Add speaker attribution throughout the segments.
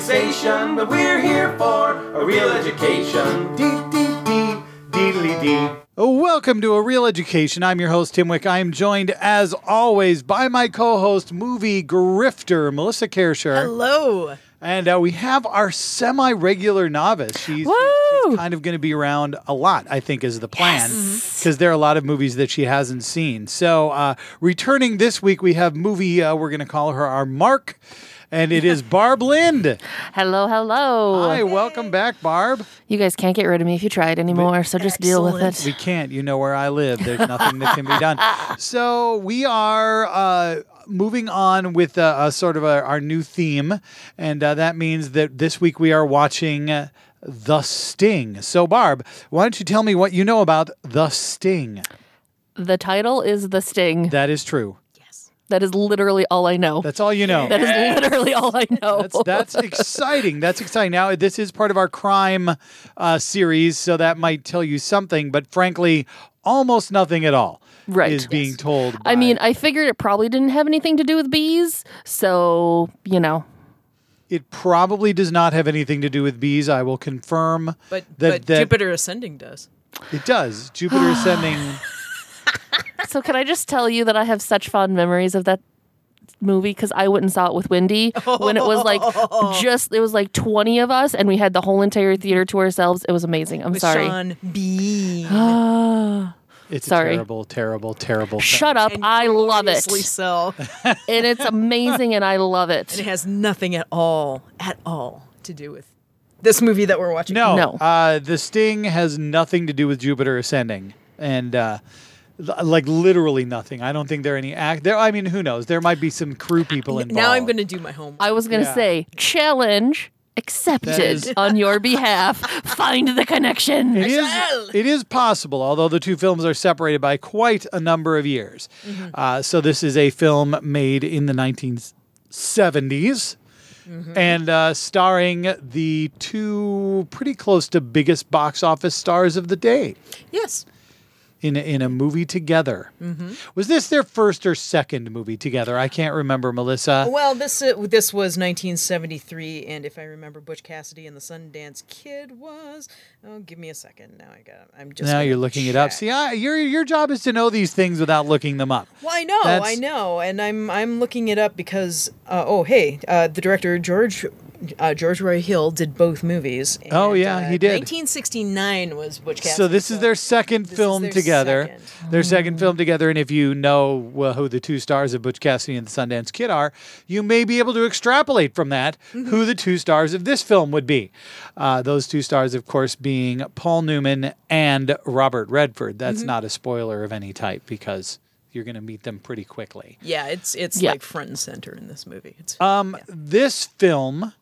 Speaker 1: station, but we're here for a real education. Dee dee dee, deedly dee.
Speaker 2: Welcome to A Real Education. I'm your host, Tim Wick. I am joined, as always, by my co host, movie grifter, Melissa Kersher.
Speaker 3: Hello.
Speaker 2: And uh, we have our semi regular novice. She's,
Speaker 3: Woo!
Speaker 2: she's kind of going to be around a lot, I think, is the plan, because there are a lot of movies that she hasn't seen. So, uh, returning this week, we have movie, uh, we're going to call her our Mark, and it is Barb Lind.
Speaker 4: Hello, hello.
Speaker 2: Hi, welcome back, Barb.
Speaker 4: You guys can't get rid of me if you tried anymore, so just deal with
Speaker 3: Excellent.
Speaker 4: it.
Speaker 2: We can't. You know where I live. There's nothing that can be done. So we are uh, moving on with uh, uh, sort of our our new theme, and uh, that means that this week we are watching uh, The Sting. So Barb, why don't you tell me what you know about The Sting?
Speaker 4: The title is The Sting.
Speaker 2: That is true.
Speaker 4: That is literally all I know.
Speaker 2: That's all you know.
Speaker 4: That is literally all I know.
Speaker 2: That's that's exciting. That's exciting. Now this is part of our crime uh, series, so that might tell you something. But frankly, almost nothing at all
Speaker 4: Right.
Speaker 2: is being told.
Speaker 4: I
Speaker 2: by-
Speaker 4: mean, I figured it probably didn't have anything to do with bees, so, you know.
Speaker 2: It probably does not have anything to do with bees. I will confirm
Speaker 3: But,
Speaker 2: that,
Speaker 3: but
Speaker 2: that
Speaker 3: Jupiter ascending does.
Speaker 2: it does. Jupiter ascending.
Speaker 4: So, can I just tell you that I have such fond memories of that movie because I went and saw it with Wendy when it was like just, it was like 20 of us and we had the whole entire theater to ourselves. It was amazing. I'm
Speaker 3: With
Speaker 4: sorry.
Speaker 3: Sean Bean.
Speaker 2: It's
Speaker 4: Sorry.
Speaker 2: a terrible, terrible, terrible.
Speaker 4: Shut up.
Speaker 3: And
Speaker 4: I love it.
Speaker 3: gloriously So. and
Speaker 4: and it's amazing and I love
Speaker 3: it
Speaker 4: it.
Speaker 3: has nothing at all, at all to do with this movie that we're watching.
Speaker 2: No,
Speaker 4: No.
Speaker 2: Uh, the sting has nothing to do with Jupiter ascending, and uh, l- like literally nothing. I don't think there are any act. There, I mean, who knows? There might be some crew people involved.
Speaker 3: Now I'm going to do my homework.
Speaker 4: I was going to
Speaker 2: Yeah.
Speaker 4: say
Speaker 2: That
Speaker 4: challenge accepted
Speaker 2: is-
Speaker 4: on your behalf. Find the connection.
Speaker 2: It is,
Speaker 3: shall.
Speaker 2: it is possible, although the two films are separated by quite a number of years.
Speaker 3: Mm-hmm.
Speaker 2: Uh, so this is a film made in the 1970s
Speaker 3: Mm-hmm.
Speaker 2: and uh, starring the two pretty close to biggest box office stars of the day
Speaker 3: yes.
Speaker 2: in a, in a movie together.
Speaker 3: Mm-hmm.
Speaker 2: Was this their first or second movie together? I can't remember, Melissa.
Speaker 3: Well, this uh, this was 1973, and if I remember, Butch Cassidy and the Sundance Kid was. Oh, give me a second. Now I got. I'm just.
Speaker 2: Now
Speaker 3: gonna
Speaker 2: you're looking it up.
Speaker 3: check.
Speaker 2: See, I, your your job is to know these things without looking them up.
Speaker 3: Well, I know, I
Speaker 2: That's-
Speaker 3: know, and I'm I'm looking it up because uh, oh hey, uh, the director George uh, George Roy Hill did both movies. and,
Speaker 2: Oh, yeah,
Speaker 3: uh,
Speaker 2: he did.
Speaker 3: 1969 was Butch Cassidy.
Speaker 2: So this is their second
Speaker 3: this is
Speaker 2: film
Speaker 3: their
Speaker 2: together.
Speaker 3: second.
Speaker 2: Their second film together, and if you know well, who the two stars of Butch Cassidy and the Sundance Kid are, you may be able to extrapolate from that
Speaker 3: Mm-hmm.
Speaker 2: who the two stars of this film would be. Uh, those two stars, of course, being Paul Newman and Robert Redford. That's
Speaker 3: Mm-hmm.
Speaker 2: not a spoiler of any type because you're going to meet them pretty quickly.
Speaker 3: yeah, it's it's
Speaker 4: Yeah.
Speaker 3: like front and center in this movie. It's
Speaker 2: Um, This film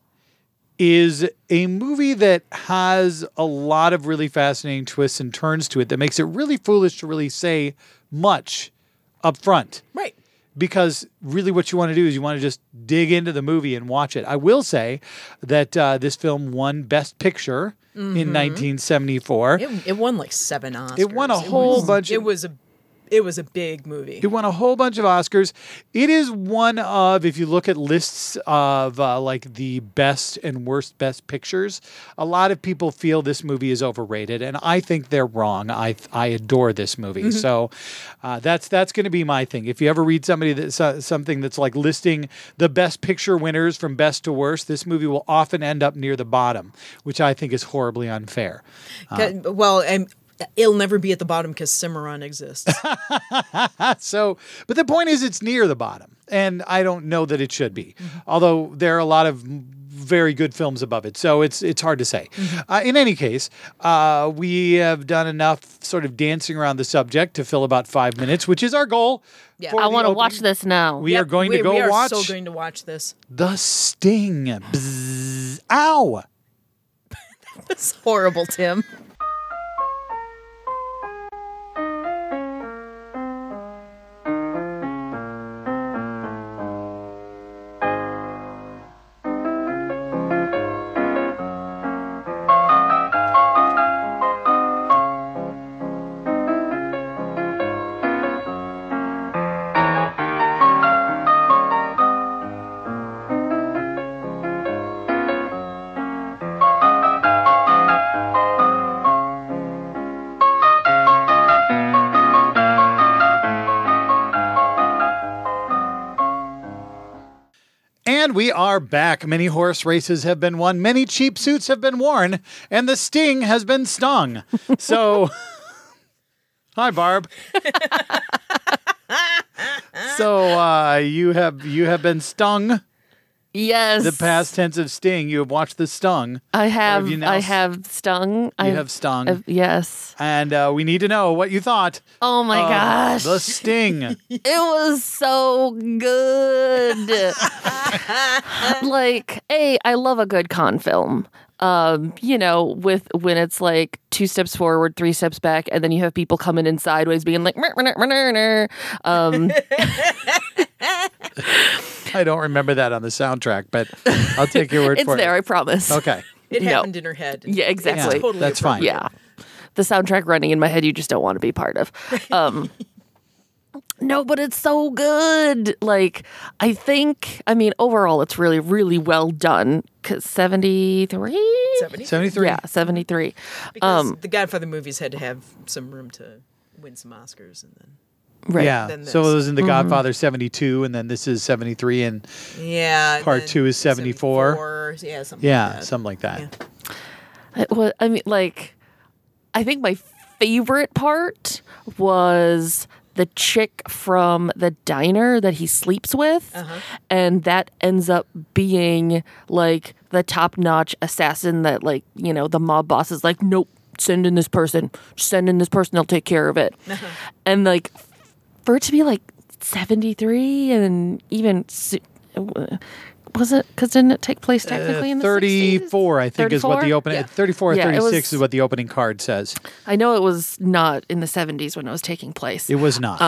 Speaker 2: is a movie that has a lot of really fascinating twists and turns to it that makes it really foolish to really say much up front
Speaker 3: right.
Speaker 2: because really what you want to do is you want to just dig into the movie and watch it. I will say that uh, this film won Best Picture in 1974. It,
Speaker 3: It, it won like seven Oscars.
Speaker 2: won a whole
Speaker 3: was-
Speaker 2: bunch of-
Speaker 3: It was a it was a big movie.
Speaker 2: won a whole bunch of Oscars. It is one of, if you look at lists of uh, like the best and worst Best Pictures, a lot of people feel this movie is overrated, and I think they're wrong. I I adore this movie, so uh, that's that's going to be my thing. If you ever read somebody that so- something that's like listing the Best Picture winners from best to worst, this movie will often end up near the bottom, which I think is horribly unfair.
Speaker 3: Ca- well, and it'll never be at the bottom because Cimarron exists.
Speaker 2: So, but the point is, it's near the bottom, and I don't know that it should be.
Speaker 3: Mm-hmm.
Speaker 2: Although there are a lot of very good films above it, so it's it's hard to say.
Speaker 3: Mm-hmm.
Speaker 2: Uh, in any case, uh, we have done enough sort of dancing around the subject to fill about five minutes, which is our goal.
Speaker 3: Yeah.
Speaker 2: for
Speaker 4: I
Speaker 2: the
Speaker 4: want to watch
Speaker 2: opening.
Speaker 4: this now.
Speaker 2: We are
Speaker 3: Yep,
Speaker 2: going
Speaker 3: we-
Speaker 2: to go
Speaker 3: we are
Speaker 2: watch
Speaker 3: So going to watch this.
Speaker 2: the Sting. Bzzz. Ow!
Speaker 3: It's horrible, Tim.
Speaker 2: And we are back. Many horse races have been won, many cheap suits have been worn, and the sting has been stung. So, hi, Barb. so uh, you have you have been stung.
Speaker 4: Yes.
Speaker 2: The past tense of sting. You have watched the stung.
Speaker 4: I have.
Speaker 2: you now
Speaker 4: I
Speaker 2: s-
Speaker 4: have stung. I
Speaker 2: You have stung,
Speaker 4: I've- yes.
Speaker 2: and uh, we need to know what you thought.
Speaker 4: Oh my
Speaker 2: of
Speaker 4: gosh.
Speaker 2: Uh, the sting.
Speaker 4: It was so good. like, A, I love a good con film. Um, you know, with when it's like two steps forward, three steps back, and then you have people coming in sideways being like, "Mer, mer, mer, mer, mer." um,
Speaker 2: I don't remember that on the soundtrack, but I'll take your word
Speaker 4: it's
Speaker 2: for
Speaker 4: there,
Speaker 2: it.
Speaker 4: I promise.
Speaker 2: Okay.
Speaker 3: It
Speaker 4: No.
Speaker 3: happened in her head.
Speaker 4: Yeah,
Speaker 2: Yeah,
Speaker 4: exactly.
Speaker 3: totally
Speaker 2: that's fine.
Speaker 4: yeah the soundtrack running in my head you just don't want to be part of um no but it's so good like i think i mean overall it's really really well done because 73
Speaker 3: Seventy.
Speaker 2: 73.
Speaker 4: yeah 73
Speaker 3: Because
Speaker 2: Um,
Speaker 3: the Godfather movies had to have some room to win some Oscars, and then
Speaker 4: right
Speaker 2: Yeah.
Speaker 3: than
Speaker 2: So
Speaker 3: this.
Speaker 2: it was in
Speaker 4: Mm-hmm.
Speaker 2: The Godfather 72, and then this is 73, and
Speaker 3: yeah, and
Speaker 2: Part
Speaker 3: then
Speaker 2: two is 74.
Speaker 3: 74, Yeah, something.
Speaker 2: yeah,
Speaker 3: like that.
Speaker 2: something like that.
Speaker 4: It was, I mean, like, I think my favorite part was the chick from the diner that he sleeps with,
Speaker 2: Uh-huh.
Speaker 4: and that ends up being like the top notch assassin that, like, you know, the mob boss is like, nope, send in this person, send in this person, I'll take care of it,
Speaker 2: Uh-huh.
Speaker 4: and like for it to be like seventy three and even. su- Was it? Because didn't it take place technically in the 60s?
Speaker 2: 34, Uh, I think, is what the
Speaker 4: 34?
Speaker 2: opening. 34 or
Speaker 4: Yeah, it
Speaker 2: 36
Speaker 4: was-
Speaker 2: is what the opening card says.
Speaker 4: I know it was not in the 70s when it was taking place,
Speaker 2: It was not.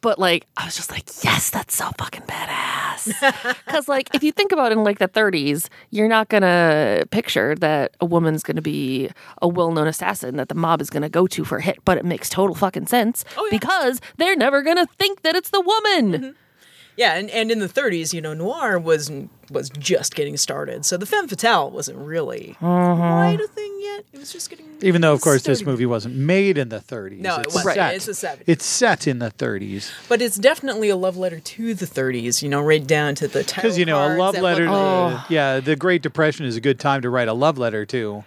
Speaker 4: but like I was just like, yes, that's so fucking badass. Because like if you think about it in like the 30s, you're not gonna picture that a woman's gonna be a well-known assassin that the mob is gonna go to for a hit, but it makes total fucking sense
Speaker 2: Oh,
Speaker 4: because they're never gonna think that it's the woman.
Speaker 2: Mm-hmm.
Speaker 3: yeah, and, and in the 30s, you know, noir was was just getting started, so the femme fatale wasn't really quite a thing yet. It was just getting.
Speaker 2: Uh-huh. Even though, of course, this
Speaker 3: started.
Speaker 2: movie wasn't made in the 30s.
Speaker 3: No, it
Speaker 2: it's
Speaker 3: wasn't.
Speaker 2: Set.
Speaker 3: It's the 70s.
Speaker 2: It's set in the 30s.
Speaker 3: But it's definitely a love letter to the 30s, you know, right down to the title.
Speaker 2: Because, you know, a
Speaker 3: cards Oh.
Speaker 2: love
Speaker 3: that
Speaker 2: letter.
Speaker 3: look
Speaker 2: to-
Speaker 3: like-
Speaker 2: Yeah, the Great Depression is a good time to write a love letter to.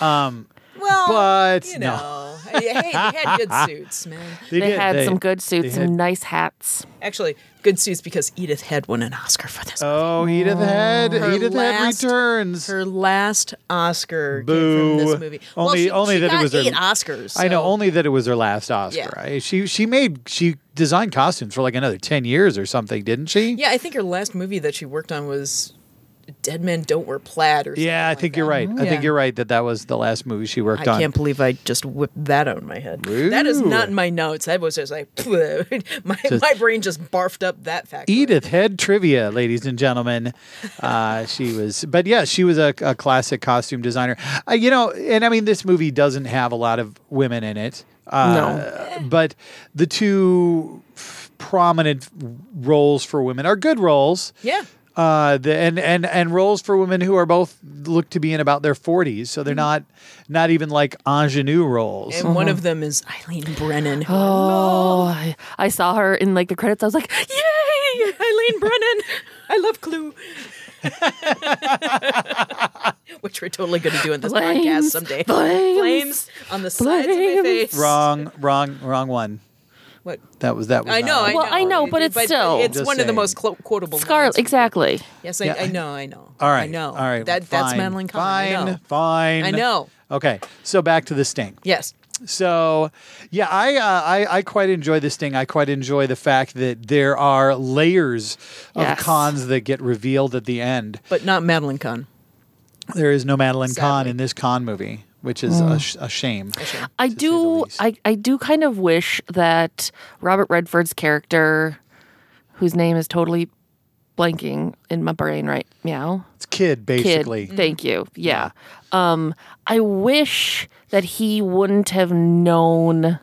Speaker 3: well,
Speaker 2: but
Speaker 3: you
Speaker 2: no.
Speaker 3: know, hey, they had good suits, man.
Speaker 4: They
Speaker 2: did-
Speaker 4: had
Speaker 2: they-
Speaker 4: some good suits,
Speaker 2: they had-
Speaker 4: some nice hats.
Speaker 3: Actually, good suits because Edith had won an Oscar for this.
Speaker 2: Oh, Edith Head.
Speaker 3: Her
Speaker 2: Edith Head
Speaker 3: last-
Speaker 2: returns.
Speaker 3: Her last Oscar came from
Speaker 2: Boo.
Speaker 3: this movie.
Speaker 2: Only-
Speaker 3: well, she,
Speaker 2: only
Speaker 3: she
Speaker 2: that it
Speaker 3: got
Speaker 2: was her-
Speaker 3: eight Oscars.
Speaker 2: I know
Speaker 3: so-
Speaker 2: only that it was her last Oscar.
Speaker 3: Yeah.
Speaker 2: I- she she made she designed costumes for like another ten years or something, didn't she?
Speaker 3: Yeah, I think her last movie that she worked on was Dead Men Don't Wear Plaid. Or something
Speaker 2: Yeah, I
Speaker 3: like
Speaker 2: think
Speaker 3: that.
Speaker 2: you're right. I
Speaker 3: Yeah.
Speaker 2: think you're right that that was the last movie she worked
Speaker 3: I
Speaker 2: on.
Speaker 3: can't believe I just whipped that out of my head. That is
Speaker 2: Ooh.
Speaker 3: not in my notes. That was just like my my brain just barfed up that fact.
Speaker 2: Edith Head trivia, ladies and gentlemen. Uh, she was, but yeah, she was a, a classic costume designer. Uh, you know, and I mean, this movie doesn't have a lot of women in it. Uh, no. But the two f- prominent roles for women are good roles.
Speaker 3: Yeah.
Speaker 2: Uh, the, and and and roles for women who are both look to be in about their 40s, so they're
Speaker 3: Mm-hmm.
Speaker 2: not not even like ingenue roles.
Speaker 3: And one of them is Eileen Brennan. who I
Speaker 4: Oh, I, I saw her in like the credits. I was like,
Speaker 2: Oh
Speaker 4: yay!
Speaker 3: love. Eileen Brennan. I love Clue. Which we're totally going to do in this
Speaker 4: Flames,
Speaker 3: podcast someday.
Speaker 4: flames,
Speaker 3: Flames on the sides of my
Speaker 4: flames.
Speaker 3: face.
Speaker 2: Wrong, wrong, wrong one.
Speaker 3: What?
Speaker 2: That was that. Was
Speaker 3: I
Speaker 2: not
Speaker 3: know.
Speaker 2: right.
Speaker 3: I
Speaker 4: Well,
Speaker 3: know.
Speaker 4: I know, but it's still-
Speaker 3: It's
Speaker 2: Just
Speaker 3: one of the
Speaker 2: saying.
Speaker 3: most clo- quotable.
Speaker 4: Scarlet,
Speaker 3: lines.
Speaker 4: exactly.
Speaker 3: Yes, I,
Speaker 2: Yeah.
Speaker 3: I know. I know.
Speaker 2: All right.
Speaker 3: I know.
Speaker 2: All right.
Speaker 3: That, That's
Speaker 2: fine,
Speaker 3: Madeline Kahn.
Speaker 2: Fine.
Speaker 3: I know.
Speaker 2: Fine.
Speaker 3: I know.
Speaker 2: Okay. So back to the sting.
Speaker 3: Yes.
Speaker 2: So, yeah, I, uh, I I quite enjoy this thing. I quite enjoy the fact that there are layers of
Speaker 4: Yes.
Speaker 2: cons that get revealed at the end.
Speaker 3: But not Madeline Kahn.
Speaker 2: There is no Madeline Kahn
Speaker 3: Sadly.
Speaker 2: in this con movie, which is a, sh- a shame.
Speaker 4: I
Speaker 2: say the
Speaker 4: do
Speaker 2: least.
Speaker 4: I, I do kind of wish that Robert Redford's character, whose name is totally blanking in my brain right now,
Speaker 2: It's kid
Speaker 4: kid.
Speaker 2: basically.
Speaker 4: Thank you. Yeah. Um I wish that he wouldn't have known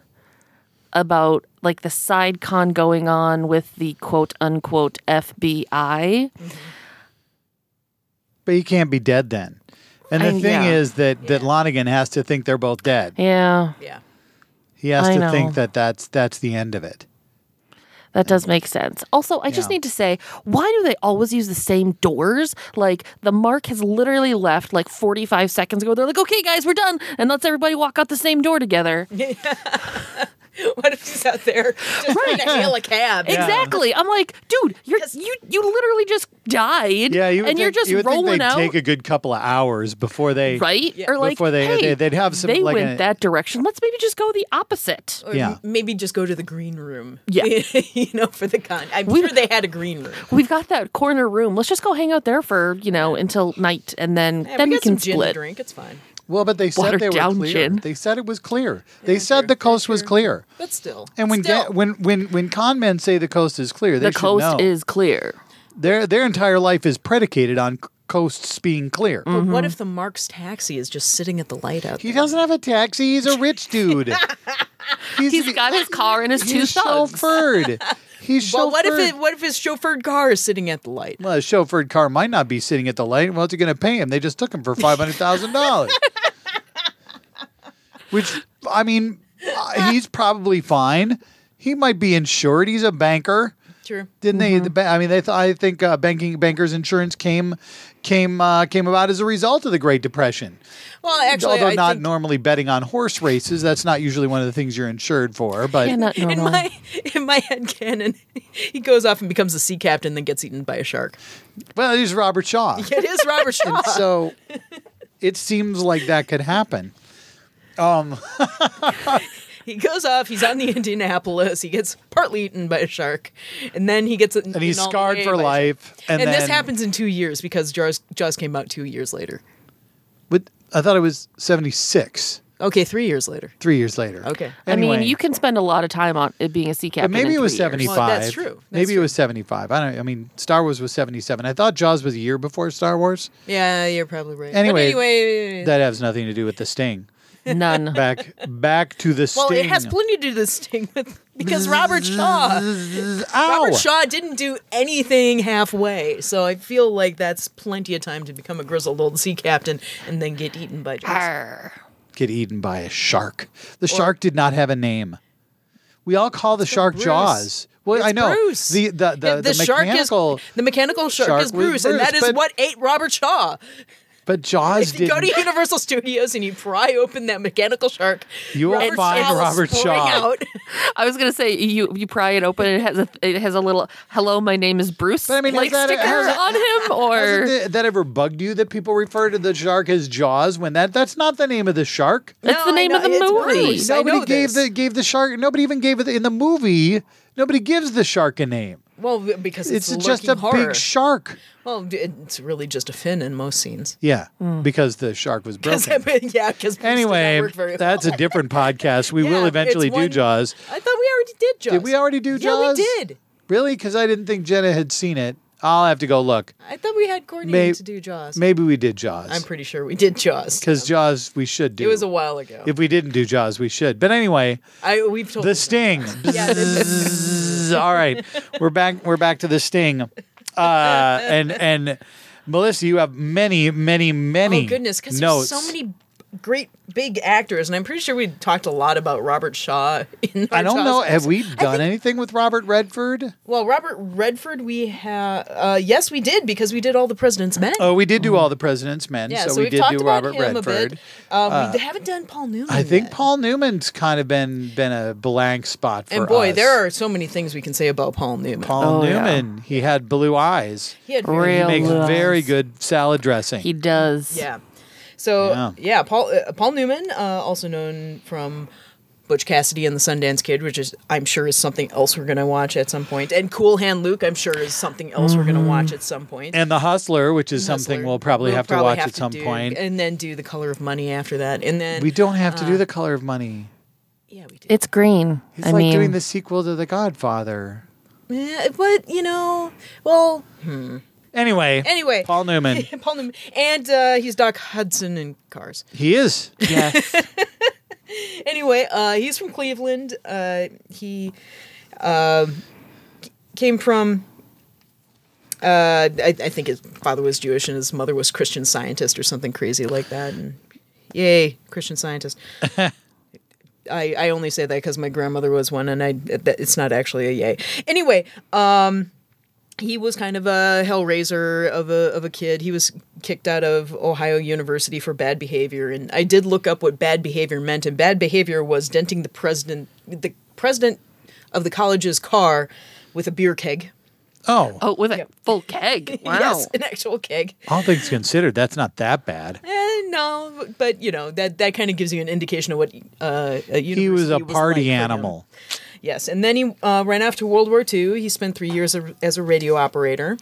Speaker 4: about like the side con going on with the quote unquote FBI.
Speaker 2: But he can't be dead then. And the
Speaker 4: I-
Speaker 2: thing
Speaker 4: yeah.
Speaker 2: is that that Lonigan has to think they're both dead.
Speaker 4: Yeah.
Speaker 3: Yeah.
Speaker 2: He has
Speaker 4: I
Speaker 2: to
Speaker 4: know.
Speaker 2: think that that's that's the end of it.
Speaker 4: That does make sense. Also, I just
Speaker 2: Yeah.
Speaker 4: need to say, why do they always use the same doors? Like the mark has literally left like 45 seconds ago. They're like, "Okay, guys, we're done." And let's everybody walk out the same door together.
Speaker 3: What if he's out there just trying to hail a cab?
Speaker 4: Exactly. I'm like, "Dude, you're you you literally just died."
Speaker 2: Yeah, you would
Speaker 4: and
Speaker 2: think,
Speaker 4: you're just
Speaker 2: you would
Speaker 4: rolling
Speaker 2: think they'd
Speaker 4: out.
Speaker 2: take a good couple of hours before they
Speaker 4: right? Or like
Speaker 2: before they-
Speaker 4: hey,
Speaker 2: they- they'd have some,
Speaker 4: They
Speaker 2: like,
Speaker 4: went
Speaker 2: a-
Speaker 4: that direction. Let's maybe just go the opposite.
Speaker 3: Or
Speaker 2: Yeah.
Speaker 3: m- maybe just go to the green room.
Speaker 4: Yeah.
Speaker 3: you know, for the con. I'm sure they had a green room.
Speaker 4: We've got that corner room. Let's just go hang out there for you know until night, and then
Speaker 3: Yeah,
Speaker 4: then
Speaker 3: we,
Speaker 4: we,
Speaker 3: got
Speaker 4: can
Speaker 3: some gin to
Speaker 4: split.
Speaker 3: drink. It's fine.
Speaker 2: Well, but they said
Speaker 4: Watered
Speaker 2: they were
Speaker 4: down
Speaker 2: clear.
Speaker 4: gin.
Speaker 2: They said it was clear. they said the coast was clear.
Speaker 3: But still.
Speaker 2: And when
Speaker 3: still,
Speaker 2: ga- when when when con men say the coast is clear, they
Speaker 4: The
Speaker 2: should
Speaker 4: coast
Speaker 2: know.
Speaker 4: is clear.
Speaker 2: their their entire life is predicated on c- coasts being clear.
Speaker 4: Mm.
Speaker 3: But
Speaker 4: Mm-hmm.
Speaker 3: what if the Mark's taxi is just sitting at the light out
Speaker 2: He
Speaker 3: there?
Speaker 2: doesn't have a taxi. He's a rich dude. he's,
Speaker 4: He's got his car and his two
Speaker 2: he's
Speaker 4: thugs.
Speaker 2: chauffeured. He's
Speaker 3: Well, what if
Speaker 2: chauffeured.
Speaker 3: it, what if his chauffeured car is sitting at the light?
Speaker 2: Well, a chauffeured car might not be sitting at the light. What's he going to pay him? They just took him for five hundred thousand dollars. Which, I mean, uh, he's probably fine. He might be insured. He's a banker,
Speaker 3: True.
Speaker 2: didn't
Speaker 3: Mm-hmm.
Speaker 2: they? The ba- I mean, they th- I think uh, banking bankers insurance came came uh, came about as a result of the Great Depression.
Speaker 3: Well, actually,
Speaker 2: Although
Speaker 3: I
Speaker 2: not
Speaker 3: think
Speaker 2: normally betting on horse races, that's not usually one of the things you're insured for. But
Speaker 4: Yeah, not
Speaker 3: in
Speaker 4: normal.
Speaker 3: my in my head canon, he goes off and becomes a sea captain, then gets eaten by a shark.
Speaker 2: well, it is Robert Shaw.
Speaker 3: It is Robert Shaw.
Speaker 2: so it seems like that could happen.
Speaker 3: He goes off. He's on the Indianapolis. He gets partly eaten by a shark, and then he gets
Speaker 2: and he's scarred for life. And,
Speaker 3: And,
Speaker 2: then,
Speaker 3: this happens in two years because Jaws, Jaws came out two years later.
Speaker 2: With, I thought it was seventy six.
Speaker 3: Okay, three years later.
Speaker 2: Three years later.
Speaker 3: Okay. I
Speaker 4: I
Speaker 2: Anyway,
Speaker 4: mean, you can spend a lot of time on it being a sea
Speaker 2: but
Speaker 4: captain.
Speaker 2: maybe
Speaker 4: in
Speaker 2: it was
Speaker 4: three years.
Speaker 2: seventy five.
Speaker 3: Well, that's true. That's
Speaker 2: maybe it
Speaker 3: true.
Speaker 2: was seventy five. I don't. I mean, Star Wars was seventy seven. I thought Jaws was a year before Star Wars.
Speaker 3: Yeah, you're probably right. But
Speaker 2: Anyway,
Speaker 3: anyway,
Speaker 2: That has nothing to do with the sting.
Speaker 4: None.
Speaker 2: Back back to the sting.
Speaker 3: well, it has plenty to do this thing with because Robert Shaw.
Speaker 2: Ow.
Speaker 3: Robert Shaw didn't do anything halfway, so I feel like that's plenty of time to become a grizzled old sea captain and then get eaten by Jaws.
Speaker 4: Arr.
Speaker 2: Get eaten by a shark. The shark did not have a name. We all call the shark
Speaker 3: Bruce.
Speaker 2: Jaws. Well,
Speaker 3: It's
Speaker 2: I know
Speaker 3: Bruce.
Speaker 2: the the the,
Speaker 3: And the, shark is
Speaker 2: mechanical,
Speaker 3: the mechanical shark,
Speaker 2: shark
Speaker 3: is
Speaker 2: was
Speaker 3: Bruce, and
Speaker 2: Bruce,
Speaker 3: that is
Speaker 2: but-
Speaker 3: what ate Robert Shaw.
Speaker 2: but Jaws
Speaker 3: You
Speaker 2: did
Speaker 3: go to Universal Studios and you pry open that mechanical shark.
Speaker 2: You will
Speaker 3: Robert
Speaker 2: find
Speaker 3: Shaw will
Speaker 2: Robert
Speaker 3: spring
Speaker 2: Shaw.
Speaker 3: out.
Speaker 4: I was gonna say you you pry it open. It has a it has a little "Hello, my name is Bruce"
Speaker 2: I mean,
Speaker 4: like
Speaker 2: is that a-
Speaker 4: sticker
Speaker 2: has-
Speaker 4: on him, or
Speaker 2: Hasn't th- that ever bugged you that people refer to the shark as Jaws when that that's not the name of the shark?
Speaker 4: that's the
Speaker 3: No, I
Speaker 4: name of the
Speaker 3: know, it's
Speaker 4: movie.
Speaker 3: Bruce. I
Speaker 2: Nobody
Speaker 3: know
Speaker 2: gave
Speaker 3: this.
Speaker 2: the gave the shark. Nobody even gave it in the movie. Nobody gives the shark a name.
Speaker 3: Well, because it's,
Speaker 2: It's just a
Speaker 3: lurking horror.
Speaker 2: big shark.
Speaker 3: Well, d- it's really just a fin in most scenes.
Speaker 2: Yeah,
Speaker 3: Hmm.
Speaker 2: because the shark was
Speaker 3: Because
Speaker 2: broken.
Speaker 3: yeah, because
Speaker 2: Anyway, that's a different podcast. We will eventually do Jaws.
Speaker 3: I thought we already did Jaws.
Speaker 2: Did we already do
Speaker 3: Yeah, we
Speaker 2: Jaws?
Speaker 3: did.
Speaker 2: Really? Because I didn't think Jenna had seen it. I'll have to go look.
Speaker 3: I thought we had coordinated
Speaker 2: May-
Speaker 3: to do Jaws.
Speaker 2: Maybe we did Jaws.
Speaker 3: I'm pretty sure we did Jaws.
Speaker 2: because Jaws we should do.
Speaker 3: It was a while ago.
Speaker 2: if we didn't do Jaws, we should. But anyway,
Speaker 3: I we've told
Speaker 2: the sting.
Speaker 3: Yeah, this-
Speaker 2: Bzzz. All right, we're back. We're back to the sting, uh, and and Melissa, you have many, many, many.
Speaker 3: oh goodness, because
Speaker 2: notes.
Speaker 3: there's so many great big actors, and I'm pretty sure we talked a lot about Robert Shaw. In our
Speaker 2: I don't
Speaker 3: Jaws
Speaker 2: know. Have
Speaker 3: episode.
Speaker 2: we done anything with Robert Redford?
Speaker 3: Well, Robert Redford, we have. Uh, yes, we did because we did all the President's Men.
Speaker 2: Oh, we did do all the President's Men.
Speaker 3: yeah,
Speaker 2: so,
Speaker 3: so,
Speaker 2: we
Speaker 3: we've
Speaker 2: did
Speaker 3: talked
Speaker 2: do
Speaker 3: about
Speaker 2: Robert
Speaker 3: him a
Speaker 2: Redford. Uh,
Speaker 3: bit. Um, we haven't done Paul Newman.
Speaker 2: I think
Speaker 3: yet.
Speaker 2: Paul Newman's kind of been been a blank spot for
Speaker 3: And boy,
Speaker 2: us.
Speaker 3: there are so many things we can say about Paul Newman.
Speaker 2: Paul
Speaker 4: Oh, yeah.
Speaker 2: Newman. He had blue eyes.
Speaker 3: he had very-
Speaker 4: Real
Speaker 2: Makes
Speaker 4: love.
Speaker 2: very good salad dressing.
Speaker 4: He does.
Speaker 3: Yeah. So
Speaker 2: Yeah.
Speaker 3: yeah, Paul uh, Paul Newman, uh, also known from Butch Cassidy and the Sundance Kid, which is I'm sure is something else we're gonna watch at some point, and Cool Hand Luke, I'm sure is something else we're gonna watch at some point.
Speaker 2: Mm-hmm. and the Hustler, which is something
Speaker 3: Hustler,
Speaker 2: we'll probably
Speaker 3: we'll
Speaker 2: have to
Speaker 3: probably
Speaker 2: watch
Speaker 3: have
Speaker 2: at some
Speaker 3: do-
Speaker 2: point.
Speaker 3: and then do the Color of Money after that, and then
Speaker 2: We don't have to do The Color of Money.
Speaker 3: Yeah, we do.
Speaker 4: It's green.
Speaker 2: Uh, It's
Speaker 4: I
Speaker 2: like
Speaker 4: mean,
Speaker 2: doing the sequel to The Godfather.
Speaker 3: Yeah, but you know, well,
Speaker 2: Anyway,
Speaker 3: anyway,
Speaker 2: Paul Newman.
Speaker 3: Paul Newman, and uh, he's Doc Hudson in Cars.
Speaker 2: He is.
Speaker 4: yes.
Speaker 3: anyway, uh, he's from Cleveland. Uh, he uh, came from. Uh, I, I think his father was Jewish and his mother was Christian scientist or something crazy like that. And yay, Christian scientist. I, I only say that because my grandmother was one, and I that, it's not actually a yay. Anyway, um, he was kind of a hellraiser of a of a kid. He was kicked out of Ohio University for bad behavior, and I did look up what bad behavior meant, and bad behavior was denting the president the president of the college's car with a beer keg.
Speaker 2: Oh,
Speaker 4: Oh, with a full keg. Wow.
Speaker 3: Yes, an actual keg.
Speaker 2: all things considered, that's not that bad.
Speaker 3: Eh, no, but you know that that kind of gives you an indication of what uh, a
Speaker 2: He was a
Speaker 3: university
Speaker 2: party
Speaker 3: like for him.
Speaker 2: animal.
Speaker 3: Yes, and then he uh, ran off to World War II. He spent three years a- as a radio operator.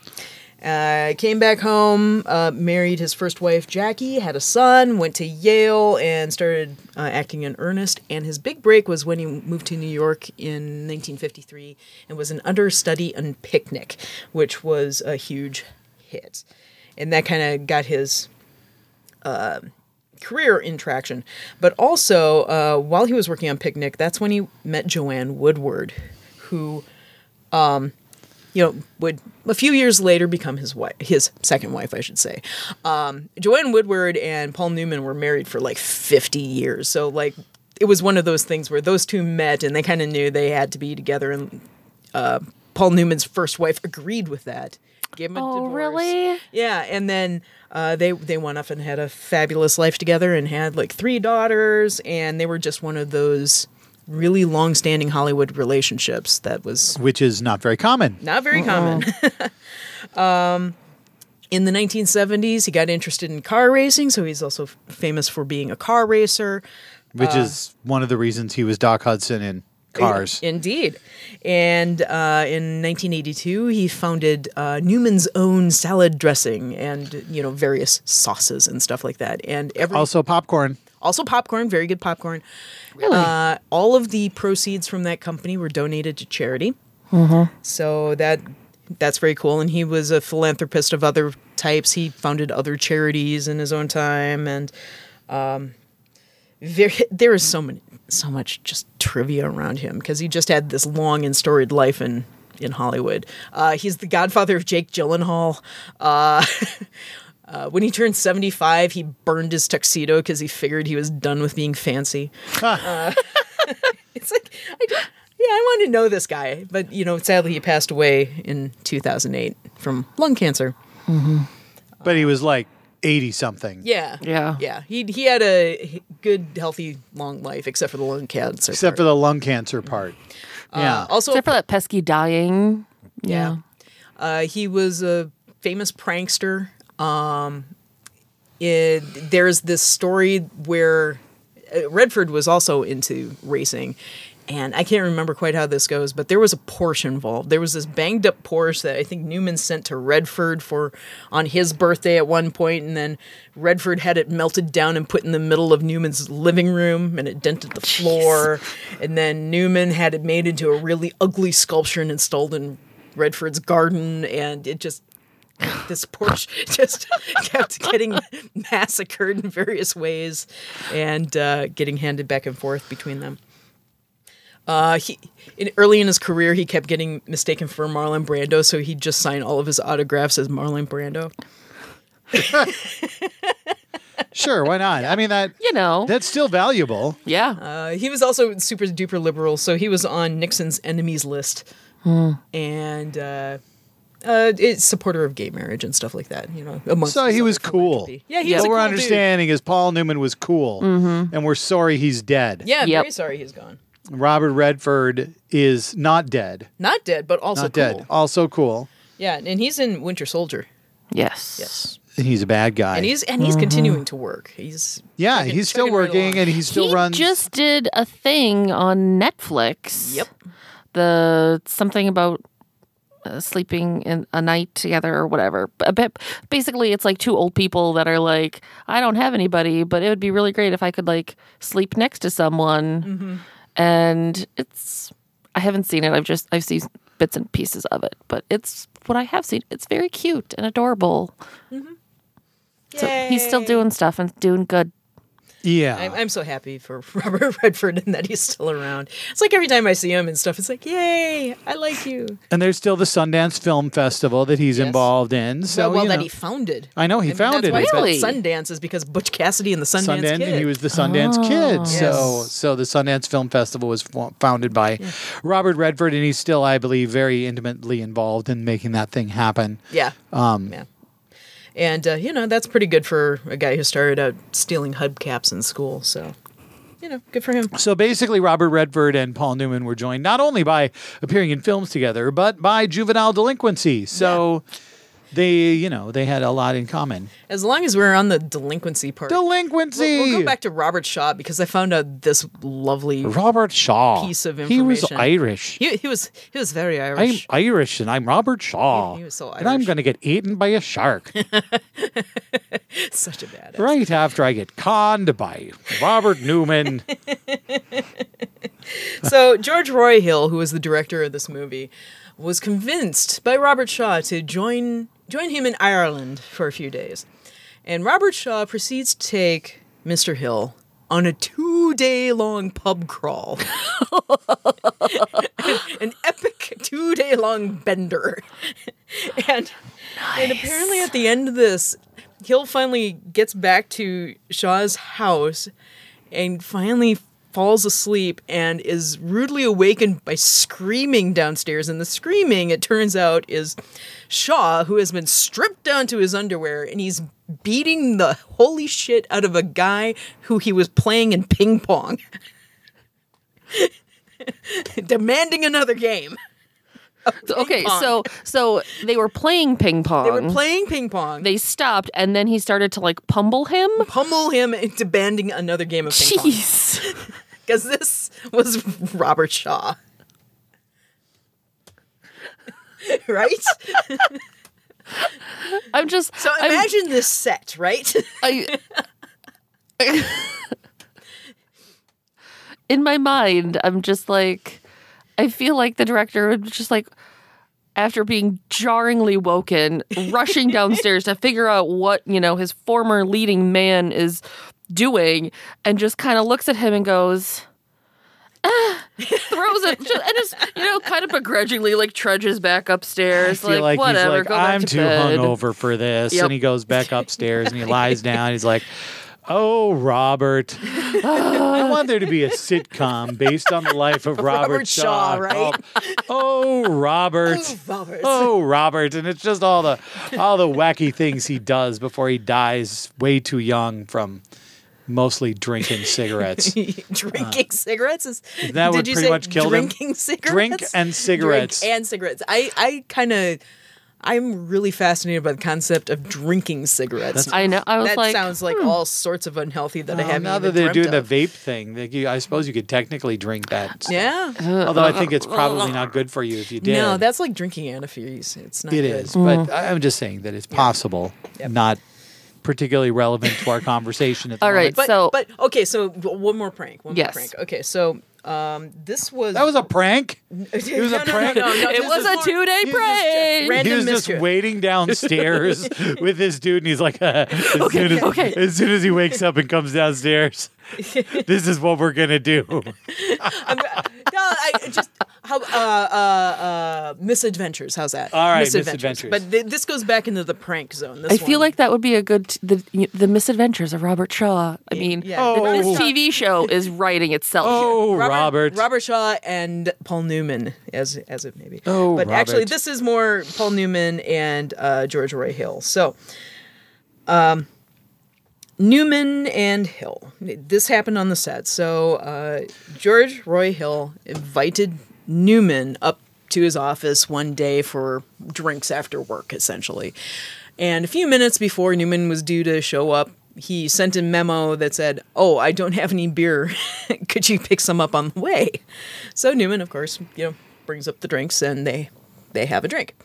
Speaker 3: Uh, came back home, uh, married his first wife Jackie, had a son, went to Yale, and started uh, acting in earnest. And his big break was when he moved to New York in 1953 and was an understudy in Picnic, which was a huge hit. And that kind of got his career in traction. But also, uh, while he was working on Picnic, that's when he met Joanne Woodward, who, um, you know, would a few years later become his wife, his second wife, I should say. Um, Joanne Woodward and Paul Newman were married for like 50 years. So, like, it was one of those things where those two met and they kind of knew they had to be together. And uh, Paul Newman's first wife agreed with that. Gave him a
Speaker 4: Oh,
Speaker 3: divorce.
Speaker 4: really?
Speaker 3: Yeah, and then uh, they they went off and had a fabulous life together and had like three daughters, and they were just one of those really long-standing Hollywood relationships that was
Speaker 2: Which is not very common.
Speaker 3: not very
Speaker 2: Uh-uh.
Speaker 3: common. um, in the 1970s, he got interested in car racing, so he's also f- famous for being a car racer.
Speaker 2: Which is one of the reasons he was Doc Hudson in Cars.
Speaker 3: Indeed. And uh, in 1982, he founded uh, Newman's own salad dressing and, you know, various sauces and stuff like that. And every
Speaker 2: also, popcorn.
Speaker 3: also popcorn, very good popcorn.
Speaker 4: Really?
Speaker 3: Uh, all of the proceeds from that company were donated to charity. So that that's very cool. And he was a philanthropist of other types. He founded other charities in his own time, and um, there there is so many so much just trivia around him because he just had this long and storied life in in Hollywood. Uh, he's the godfather of Jake Gyllenhaal. Uh, uh, when he turned 75, he burned his tuxedo because he figured he was done with being fancy. Uh, it's like, I do- yeah, I want to know this guy. But, you know, sadly, he passed away in 2008 from lung cancer.
Speaker 2: But he was like 80 something.
Speaker 3: Yeah.
Speaker 4: Yeah.
Speaker 3: Yeah. He, he had a good, healthy, long life, except for the lung cancer.
Speaker 2: Except for
Speaker 3: part.
Speaker 2: the lung cancer part. yeah.
Speaker 3: Also,
Speaker 4: Except for that pesky dying.
Speaker 3: Yeah. Uh, he was a famous prankster. Um, it, there's this story where uh, Redford was also into racing. And I can't remember quite how this goes, but there was a Porsche involved. There was this banged up Porsche that I think Newman sent to Redford for on his birthday at one point, and then Redford had it melted down and put in the middle of Newman's living room, and it dented the floor. And then Newman had it made into a really ugly sculpture and installed in Redford's garden, and it just this Porsche just kept getting massacred in various ways, and uh, getting handed back and forth between them. Uh, he in, early in his career, he kept getting mistaken for Marlon Brando, so he'd just sign all of his autographs as Marlon Brando.
Speaker 2: Sure, why not? I mean, that
Speaker 4: You know.
Speaker 2: that's still valuable.
Speaker 4: yeah.
Speaker 3: Uh, he was also super duper liberal, so he was on Nixon's enemies list, and uh, uh, it's supporter of gay marriage and stuff like that. You know, amongst
Speaker 2: So
Speaker 3: his
Speaker 2: he
Speaker 3: other
Speaker 2: was cool.
Speaker 3: philanthropy. Yeah, he
Speaker 4: Yeah.
Speaker 3: was
Speaker 2: What
Speaker 3: a
Speaker 2: we're
Speaker 3: cool dude.
Speaker 2: understanding is Paul Newman was cool, and we're sorry he's dead.
Speaker 3: Yeah, I'm
Speaker 4: Yep.
Speaker 3: very sorry he's gone.
Speaker 2: Robert Redford is not dead.
Speaker 3: Not dead, but also
Speaker 2: Not dead.
Speaker 3: cool.
Speaker 2: Also cool.
Speaker 3: Yeah, and he's in Winter Soldier,
Speaker 4: yes.
Speaker 3: Yes.
Speaker 2: He's a bad guy.
Speaker 3: and he's and he's continuing to work. He's
Speaker 2: yeah,
Speaker 3: chugging-
Speaker 2: he's still
Speaker 3: chugging right
Speaker 2: working,
Speaker 3: along.
Speaker 2: and he still
Speaker 4: he
Speaker 2: runs.
Speaker 4: just did a thing on Netflix.
Speaker 3: Yep.
Speaker 4: The something about uh, sleeping in a night together or whatever. But a bit, basically, it's like two old people that are like, I don't have anybody, but it would be really great if I could like sleep next to someone.
Speaker 2: Mm-hmm.
Speaker 4: And it's I haven't seen it. I've just I've seen bits and pieces of it, but it's what I have seen. It's very
Speaker 2: Mm-hmm.
Speaker 4: cute and adorable. So he's still doing stuff and doing good.
Speaker 2: Yeah.
Speaker 3: I'm, I'm so happy for Robert Redford and that he's still around. It's like every time I see him and stuff, it's like, yay, I like you.
Speaker 2: and there's still the Sundance Film Festival that he's
Speaker 3: Yes.
Speaker 2: involved in. So
Speaker 3: well, well
Speaker 2: you
Speaker 3: that
Speaker 2: know,
Speaker 3: he founded.
Speaker 2: I know, he founded
Speaker 3: that's
Speaker 2: it.
Speaker 3: Why
Speaker 4: Really?
Speaker 3: it's called Sundance is because Butch Cassidy and the Sundance,
Speaker 2: Sundance,
Speaker 3: Kid.
Speaker 2: and he was the Sundance Kid. So,
Speaker 3: Yes.
Speaker 2: so the Sundance Film Festival was fo- founded by Robert Redford, and he's still, I believe, very intimately involved in making that thing happen.
Speaker 3: yeah. Um, yeah. And uh, you know that's pretty good for a guy who started out stealing hubcaps in school. So, you know, good for him.
Speaker 2: So basically, Robert Redford and Paul Newman were joined not only by appearing in films together, but by juvenile delinquency. So they, you know, they had a lot in common.
Speaker 3: As long as we're on the delinquency part,
Speaker 2: Delinquency.
Speaker 3: We'll, we'll go back to Robert Shaw because I found out this lovely.
Speaker 2: Robert Shaw.
Speaker 3: Piece of
Speaker 2: He was
Speaker 3: information.
Speaker 2: Irish.
Speaker 3: He, he was he was very
Speaker 2: I'm
Speaker 3: Irish.
Speaker 2: Irish and I'm Robert Shaw.
Speaker 3: He- he was so
Speaker 2: And I'm
Speaker 3: Irish.
Speaker 2: going to get eaten by a shark
Speaker 3: Such a badass.
Speaker 2: right after I get conned by Robert Newman.
Speaker 3: So George Roy Hill, who was the director of this movie, was convinced by Robert Shaw to join join him in Ireland for a few days. And Robert Shaw proceeds to take Mr. Hill on a two-day long pub crawl. An epic two-day long bender. and and apparently at the end of this, Hill finally gets back to Shaw's house and finally falls asleep and is rudely awakened by screaming downstairs. And the screaming, it turns out, is Shaw, who has been stripped down to his underwear and he's beating the holy shit out of a guy who he was playing in ping pong, demanding another game.
Speaker 4: okay, so so they were playing ping pong.
Speaker 3: They were playing ping pong.
Speaker 4: They stopped, and then he started to like pummel him.
Speaker 3: pummel him into demanding another game of ping pong.
Speaker 4: Jeez.
Speaker 3: Because this was Robert Shaw. right?
Speaker 4: I'm just
Speaker 3: So
Speaker 4: I'm-
Speaker 3: imagine this set, right?
Speaker 4: I- in my mind, I'm just like, I feel like the director would just like, after being jarringly woken, rushing downstairs to figure out what, you know, his former leading man is doing, and just kind of looks at him and goes, "Ah," throws it, just, and just, you know, kind of begrudgingly like trudges back upstairs.
Speaker 2: feel like,
Speaker 4: whatever,
Speaker 2: he's like,
Speaker 4: go back
Speaker 2: I'm
Speaker 4: to
Speaker 2: too
Speaker 4: bed.
Speaker 2: hungover for this.
Speaker 4: Yep.
Speaker 2: And he goes back upstairs and he lies down. He's like, Oh, Robert. I want there to be a sitcom based on the life of Robert,
Speaker 3: Robert Shaw, right?
Speaker 2: called, Oh, Robert.
Speaker 3: Robert.
Speaker 2: Oh, Robert. And it's just all the all the wacky things he does before he dies way too young from mostly drinking cigarettes.
Speaker 3: drinking cigarettes is
Speaker 2: Uh, that would
Speaker 3: did you
Speaker 2: pretty
Speaker 3: say
Speaker 2: much kill them.
Speaker 3: drinking cigarettes
Speaker 2: Drink and cigarettes.
Speaker 3: Drink and cigarettes i i kind of i'm really fascinated by the concept of drinking cigarettes
Speaker 4: I know. I was
Speaker 3: that
Speaker 4: like,
Speaker 3: sounds like all sorts of unhealthy that i
Speaker 2: Well,
Speaker 3: haven't
Speaker 2: hmm. Oh, now that
Speaker 3: even
Speaker 2: they're doing
Speaker 3: dreamt of.
Speaker 2: the vape thing, they, you, I suppose you could technically drink that.
Speaker 3: yeah
Speaker 2: Although I think it's probably not good for you if you did.
Speaker 3: No, that's like drinking antifreeze. It's not.
Speaker 2: it
Speaker 3: good. Mm.
Speaker 2: is. But I- I'm just saying that it's possible,
Speaker 3: Yep.
Speaker 2: not particularly relevant to our conversation at the
Speaker 4: All right,
Speaker 2: moment.
Speaker 3: But
Speaker 4: So-
Speaker 3: but okay. So w- one more prank. One
Speaker 4: Yes.
Speaker 3: more prank. Okay. So um, this was
Speaker 2: that was a prank. It was a
Speaker 3: No, no, no,
Speaker 2: prank.
Speaker 3: no, no,
Speaker 4: it
Speaker 3: this
Speaker 4: was
Speaker 3: is
Speaker 4: a
Speaker 3: more-
Speaker 4: two day prank.
Speaker 3: random
Speaker 2: He was just
Speaker 3: mischief.
Speaker 2: waiting downstairs with this dude, and he's like, as, soon as,
Speaker 4: okay.
Speaker 2: as soon as he wakes up and comes downstairs, this is what we're gonna do.
Speaker 3: No, I just how uh, uh, uh, misadventures. How's that?
Speaker 2: All right, misadventures.
Speaker 3: But th- this goes back into the prank zone. This
Speaker 4: I feel
Speaker 3: one.
Speaker 4: like that would be a good t- the the misadventures of Robert Shaw. I mean,
Speaker 3: yeah.
Speaker 2: Oh.
Speaker 4: this TV show is writing itself.
Speaker 2: Oh, Robert.
Speaker 3: Robert Shaw and Paul Newman, as as it may be.
Speaker 2: Oh,
Speaker 3: but actually,
Speaker 2: Robert.
Speaker 3: this is more Paul Newman and uh, George Roy Hill. So, um, Newman and Hill. This happened on the set. So uh, George Roy Hill invited Newman up to his office one day for drinks after work, essentially. And a few minutes before Newman was due to show up, he sent a memo that said, "Oh, I don't have any beer. Could you pick some up on the way?" So Newman, of course, you know, brings up the drinks and they they have a drink.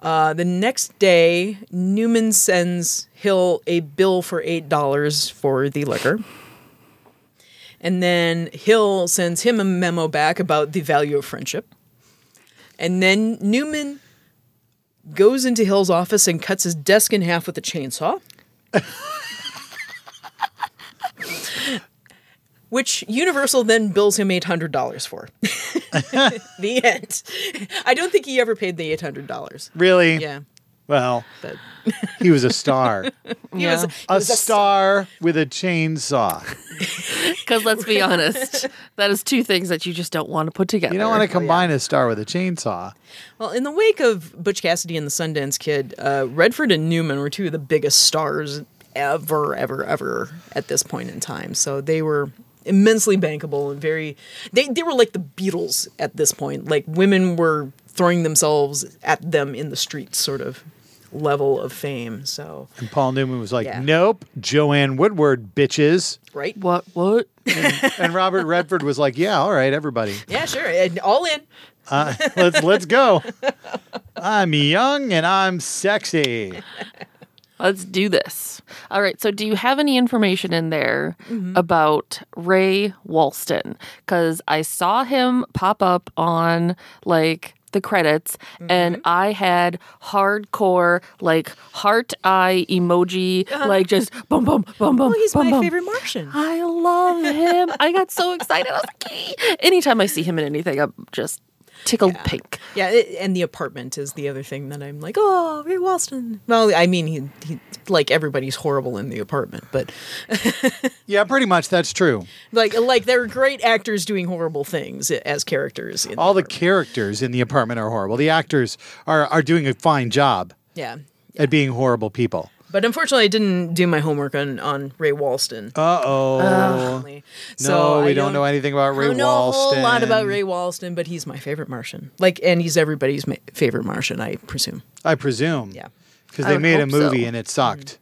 Speaker 3: Uh, the next day, Newman sends Hill a bill for eight dollars for the liquor. And then Hill sends him a memo back about the value of friendship. And then Newman goes into Hill's office and cuts his desk in half with a chainsaw. which Universal then bills him $800 for. the end. I don't think he ever paid the $800.
Speaker 2: Really?
Speaker 3: Yeah.
Speaker 2: Well,
Speaker 3: But
Speaker 2: he was a star.
Speaker 3: he
Speaker 4: Yeah.
Speaker 3: was, he
Speaker 2: a
Speaker 3: was
Speaker 2: star with a chainsaw.
Speaker 4: Because let's be honest, that is two things that you just don't want to put together.
Speaker 2: You don't want to combine a star with a chainsaw.
Speaker 3: Well, in the wake of Butch Cassidy and the Sundance Kid, uh, Redford and Newman were two of the biggest stars ever, ever, ever at this point in time. So they were immensely bankable and very. They they were like the Beatles at this point. Like women were throwing themselves at them in the streets, sort of level of fame. So
Speaker 2: And Paul Newman was like,
Speaker 3: Yeah.
Speaker 2: "Nope, Joanne Woodward, bitches."
Speaker 3: right.
Speaker 4: What? What?
Speaker 2: And Robert Redford was like, "Yeah, all right, everybody,
Speaker 3: Yeah, sure. And all in.
Speaker 2: let's let's go. I'm young and I'm sexy."
Speaker 4: Let's do this. All right. So, do you have any information in there
Speaker 3: Mm-hmm.
Speaker 4: about Ray Walston? Because I saw him pop up on like the credits,
Speaker 3: Mm-hmm.
Speaker 4: and I had hardcore like heart eye emoji, like just boom, boom, boom, boom.
Speaker 3: Uh-huh. Well, Oh, he's
Speaker 4: boom,
Speaker 3: my
Speaker 4: boom.
Speaker 3: favorite Martian.
Speaker 4: I love him. I got so excited. I was like, "Yee." anytime I see him in anything, I'm just tickled pink.
Speaker 3: Yeah, it, and the apartment is the other thing that I'm like, oh, Ray Walston. Well, I mean, he, he like everybody's horrible in the apartment, but
Speaker 2: Yeah, pretty much that's true.
Speaker 3: like like they're great actors doing horrible things as characters. In
Speaker 2: All the
Speaker 3: Apartment.
Speaker 2: characters in the apartment are horrible. The actors are are doing a fine job
Speaker 3: yeah.
Speaker 2: at being horrible people.
Speaker 3: But unfortunately, I didn't do my homework on, on Ray Walston.
Speaker 2: Uh oh.
Speaker 3: Unfortunately.
Speaker 2: no, we
Speaker 3: I
Speaker 2: don't, know anything about
Speaker 3: I
Speaker 2: Ray
Speaker 3: don't know a whole
Speaker 2: Walston.
Speaker 3: lot about Ray Walston, but he's my favorite Martian. Like, and he's everybody's ma- favorite Martian, I presume.
Speaker 2: I presume.
Speaker 3: Yeah.
Speaker 2: Because
Speaker 4: I
Speaker 2: they
Speaker 4: would
Speaker 2: made a
Speaker 4: hope so.
Speaker 2: movie and it
Speaker 3: Mm.
Speaker 2: sucked.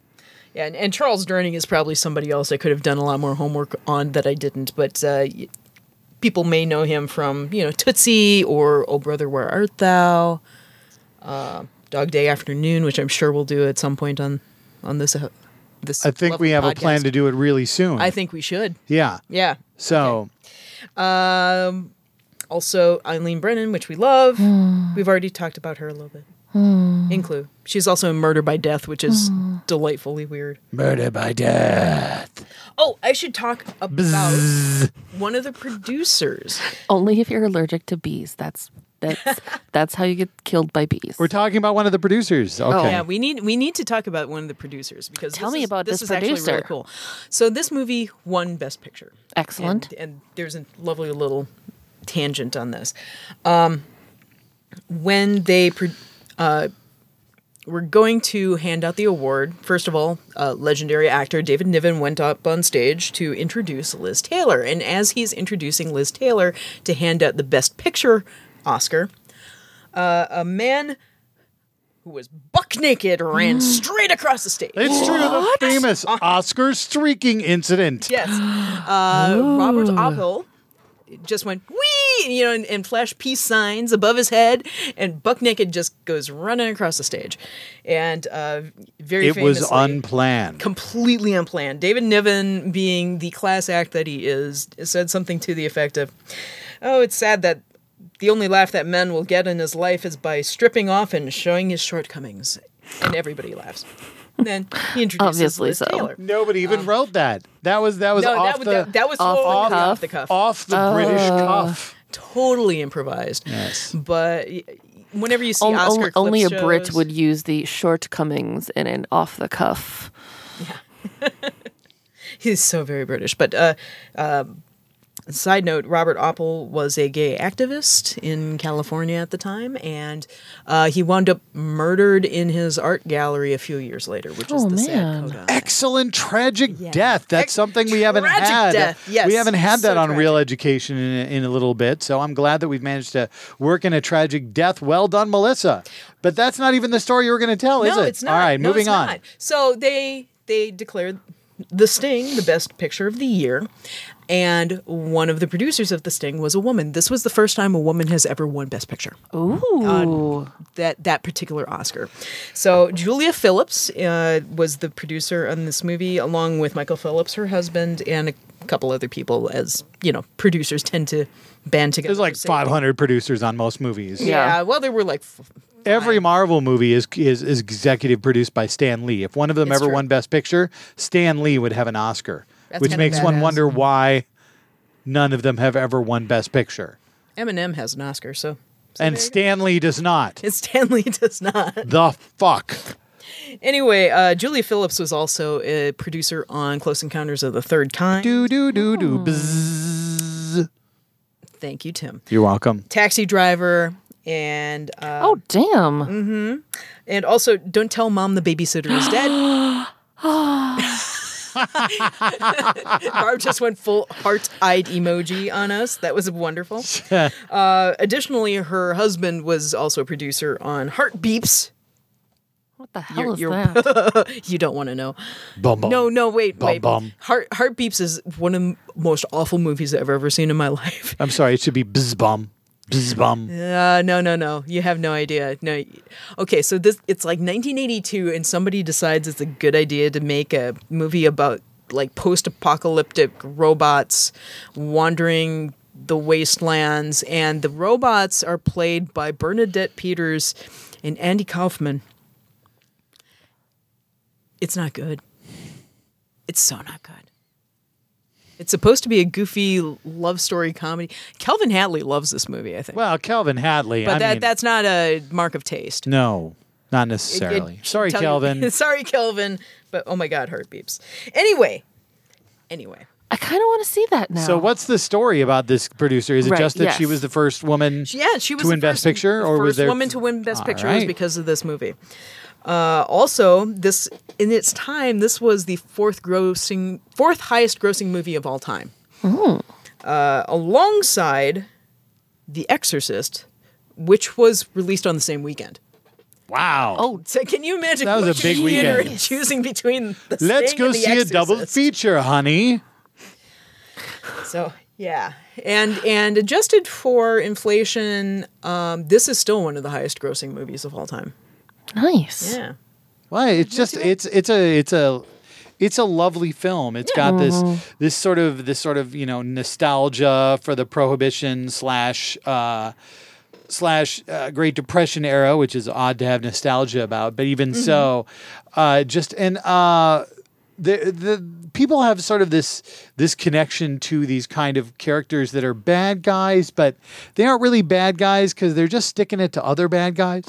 Speaker 3: Yeah, and, and Charles Durning is probably somebody else I could have done a lot more homework on that I didn't. But uh, y- people may know him from you know Tootsie or Oh Brother Where Art Thou, uh, Dog Day Afternoon, which I'm sure we'll do at some point on on this. Uh, this
Speaker 2: I think we have a plan to do it really soon.
Speaker 3: I think we should.
Speaker 2: yeah.
Speaker 3: Yeah.
Speaker 2: So
Speaker 3: Um, also Eileen Brennan, which we love. We've already talked about her a little bit. In Clue, she's also in Murder by Death, which is delightfully weird.
Speaker 2: murder by death.
Speaker 3: Oh, I should talk about one of the producers.
Speaker 4: Only if you're allergic to bees. That's that's that's how you get killed by bees.
Speaker 2: We're talking about one of the producers. Okay.
Speaker 3: Oh. Yeah, we need we need to talk about one of the producers because
Speaker 4: Tell
Speaker 3: this
Speaker 4: me
Speaker 3: is-
Speaker 4: about
Speaker 3: this,
Speaker 4: this
Speaker 3: is actually really
Speaker 4: producer.
Speaker 3: cool. So this movie won Best Picture.
Speaker 4: Excellent.
Speaker 3: And, and there's a lovely little tangent on this. Um, when they pro- uh, were going to hand out the award, first of all, uh, legendary actor David Niven went up on stage to introduce Liz Taylor. And as he's introducing Liz Taylor to hand out the Best Picture Oscar, uh, a man who was buck naked ran straight across the stage.
Speaker 2: It's true, the famous Oscar streaking incident.
Speaker 3: Yes. Uh,
Speaker 2: Oh.
Speaker 3: Robert Opel just went wee, you know, and, and flashed peace signs above his head, and buck naked just goes running across the stage, and uh, very
Speaker 2: It was
Speaker 3: famously-
Speaker 2: unplanned.
Speaker 3: completely unplanned. David Niven, being the class act that he is, said something to the effect of, "Oh, it's sad that." The only laugh that men will get in his life is by stripping off and showing his shortcomings. And everybody laughs. Then he introduces
Speaker 4: Obviously
Speaker 3: Liz
Speaker 4: so.
Speaker 3: Taylor.
Speaker 2: Nobody even wrote that. That was that was
Speaker 3: Um, No,
Speaker 2: off the
Speaker 3: that, was that, that was
Speaker 4: off the
Speaker 3: totally off,
Speaker 4: cuff.
Speaker 3: the cuff. Uh.
Speaker 2: off the British cuff.
Speaker 3: Totally improvised.
Speaker 2: Yes.
Speaker 3: But y- whenever you see
Speaker 4: On- on-
Speaker 3: Oscar clip
Speaker 4: only a
Speaker 3: shows,
Speaker 4: Brit would use the shortcomings in an off the cuff.
Speaker 3: He's so very British. But uh, um side note: Robert Opple was a gay activist in California at the time, and uh, he wound up murdered in his art gallery a few years later, which is
Speaker 4: Oh,
Speaker 3: the sad
Speaker 4: man.
Speaker 3: coda.
Speaker 2: Excellent tragic death. That's
Speaker 3: Ex-
Speaker 2: something we haven't
Speaker 3: tragic
Speaker 2: had.
Speaker 3: death, yes.
Speaker 2: We haven't had
Speaker 3: So
Speaker 2: that on
Speaker 3: tragic.
Speaker 2: real education in a, in a little bit. So I'm glad that we've managed to work in a tragic death. Well done, Melissa. But that's not even the story you were going to tell, is
Speaker 3: no,
Speaker 2: it?
Speaker 3: it's not.
Speaker 2: All right,
Speaker 3: No,
Speaker 2: moving
Speaker 3: it's
Speaker 2: on.
Speaker 3: not. So they they declared The Sting the best picture of the year, and one of the producers of The Sting was a woman. This was the first time a woman has ever won Best Picture
Speaker 4: Ooh.
Speaker 3: that that particular Oscar. So Julia Phillips uh, was the producer on this movie, along with Michael Phillips, her husband, and a couple other people. As you know, producers tend to band together.
Speaker 2: There's like
Speaker 3: for safety.
Speaker 2: 500 producers on most movies.
Speaker 3: Yeah.
Speaker 4: Yeah.
Speaker 3: well, there were like f-
Speaker 2: Every Marvel movie is, is is executive produced by Stan Lee. If one of them
Speaker 3: It's
Speaker 2: ever
Speaker 3: true.
Speaker 2: won Best Picture, Stan Lee would have an Oscar,
Speaker 3: That's
Speaker 2: which
Speaker 3: kinda
Speaker 2: makes one
Speaker 3: badass. Mm-hmm.
Speaker 2: wonder why none of them have ever won Best Picture.
Speaker 3: Eminem has an Oscar, so
Speaker 2: And Stanley does not.
Speaker 3: Stanley does not.
Speaker 2: The fuck.
Speaker 3: Anyway, uh, Julia Phillips was also a producer on Close Encounters of the Third Kind.
Speaker 2: Do do do do. Bzzz.
Speaker 3: Thank you, Tim.
Speaker 2: You're welcome.
Speaker 3: Taxi Driver, and uh,
Speaker 4: Oh damn!
Speaker 3: and also Don't Tell Mom the Babysitter is Dead. Barb just went full heart-eyed emoji on us. That was wonderful. Uh, additionally, her husband was also a producer on Heartbeeps.
Speaker 4: What the hell
Speaker 3: You're-
Speaker 4: is
Speaker 3: you're-
Speaker 4: that?
Speaker 3: You don't want to know.
Speaker 2: Bum, bum.
Speaker 3: No, no, wait,
Speaker 2: Bum,
Speaker 3: wait.
Speaker 2: bum.
Speaker 3: Heart Heartbeeps is one of the most awful movies I've ever seen in my life.
Speaker 2: I'm sorry. It should be bzz bum. Bzz bum.
Speaker 3: Uh, no, no, no. You have no idea. No. Okay, so this it's like 1982, and somebody decides it's a good idea to make a movie about like post-apocalyptic robots wandering the wastelands, and the robots are played by Bernadette Peters and Andy Kaufman. It's not good. It's so not good. It's supposed to be a goofy love story comedy. Calvin Hatley loves this movie, I think.
Speaker 2: Well, Kelvin Hadley.
Speaker 3: But
Speaker 2: I
Speaker 3: that
Speaker 2: mean,
Speaker 3: that's not a mark of taste.
Speaker 2: no, not
Speaker 3: It- it
Speaker 2: necessarily.
Speaker 3: should
Speaker 2: sorry,
Speaker 3: tell you-
Speaker 2: Kelvin.
Speaker 3: sorry, Kelvin. But oh my God, heart beeps. Anyway, anyway,
Speaker 4: I kind of want to see that now.
Speaker 2: So what's the story about this producer? Is it
Speaker 4: Oh. Right,
Speaker 2: just that she
Speaker 4: yes.
Speaker 2: was the first woman?
Speaker 3: yeah, she
Speaker 2: to
Speaker 3: was the
Speaker 2: win Best
Speaker 3: first-
Speaker 2: Picture, or
Speaker 3: first
Speaker 2: was there
Speaker 3: woman to win Best
Speaker 2: All
Speaker 3: Picture was
Speaker 2: right.
Speaker 3: because of this movie. Uh, also, this in its time, this was the fourth grossing, fourth highest grossing movie of all time, uh, alongside The Exorcist, which was released on the same weekend.
Speaker 2: Wow.
Speaker 4: Oh,
Speaker 3: So can you imagine
Speaker 2: That was a
Speaker 3: going to the
Speaker 2: big
Speaker 3: theater
Speaker 2: weekend.
Speaker 3: and choosing between the
Speaker 2: Let's
Speaker 3: Sting
Speaker 2: go
Speaker 3: and The
Speaker 2: see a double
Speaker 3: Exorcist?
Speaker 2: feature, honey.
Speaker 3: So yeah, and and adjusted for inflation, um, this is still one of the highest grossing movies of all time.
Speaker 4: nice.
Speaker 3: Yeah,
Speaker 2: Why? It's just it's it's a it's a it's a lovely film. It's got this this sort of this sort of you know nostalgia for the Prohibition slash uh, slash uh, Great Depression era, which is odd to have nostalgia about. But even so, uh, just and uh, the the people have sort of this this connection to these kind of characters that are bad guys, but they aren't really bad guys because they're just sticking it to other bad guys.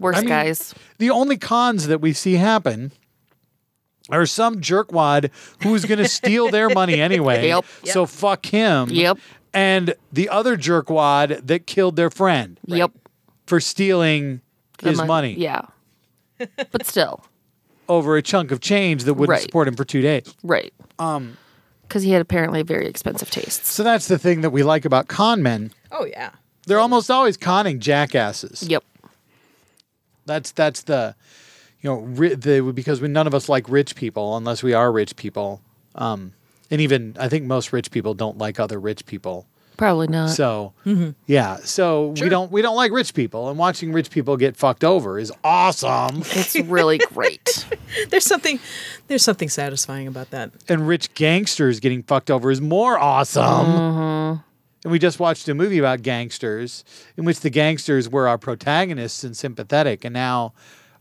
Speaker 4: Worst
Speaker 2: I mean,
Speaker 4: guys.
Speaker 2: The only cons that we see happen are some jerkwad who's going to steal their money anyway.
Speaker 4: Yep.
Speaker 2: So fuck him.
Speaker 4: Yep.
Speaker 2: And the other jerkwad that killed their friend
Speaker 4: Yep.
Speaker 2: for stealing
Speaker 4: The
Speaker 2: his
Speaker 4: mon-
Speaker 2: money
Speaker 4: Yeah. but still,
Speaker 2: over a chunk of change that wouldn't
Speaker 4: Right.
Speaker 2: support him for two days.
Speaker 4: right. Um, because he had apparently very expensive tastes.
Speaker 2: So that's the thing that we like about con men.
Speaker 3: oh yeah,
Speaker 2: They're almost always conning jackasses.
Speaker 4: Yep.
Speaker 2: That's that's the, you know, ri- the because we none of us like rich people unless we are rich people, um, and even I think most rich people don't like other rich people.
Speaker 4: Probably not.
Speaker 2: So yeah, so we don't we don't like rich people, and watching rich people get fucked over is awesome.
Speaker 4: it's really great.
Speaker 3: there's something there's something satisfying about that.
Speaker 2: and rich gangsters getting fucked over is more awesome. And we just watched a movie about gangsters in which the gangsters were our protagonists and sympathetic, and now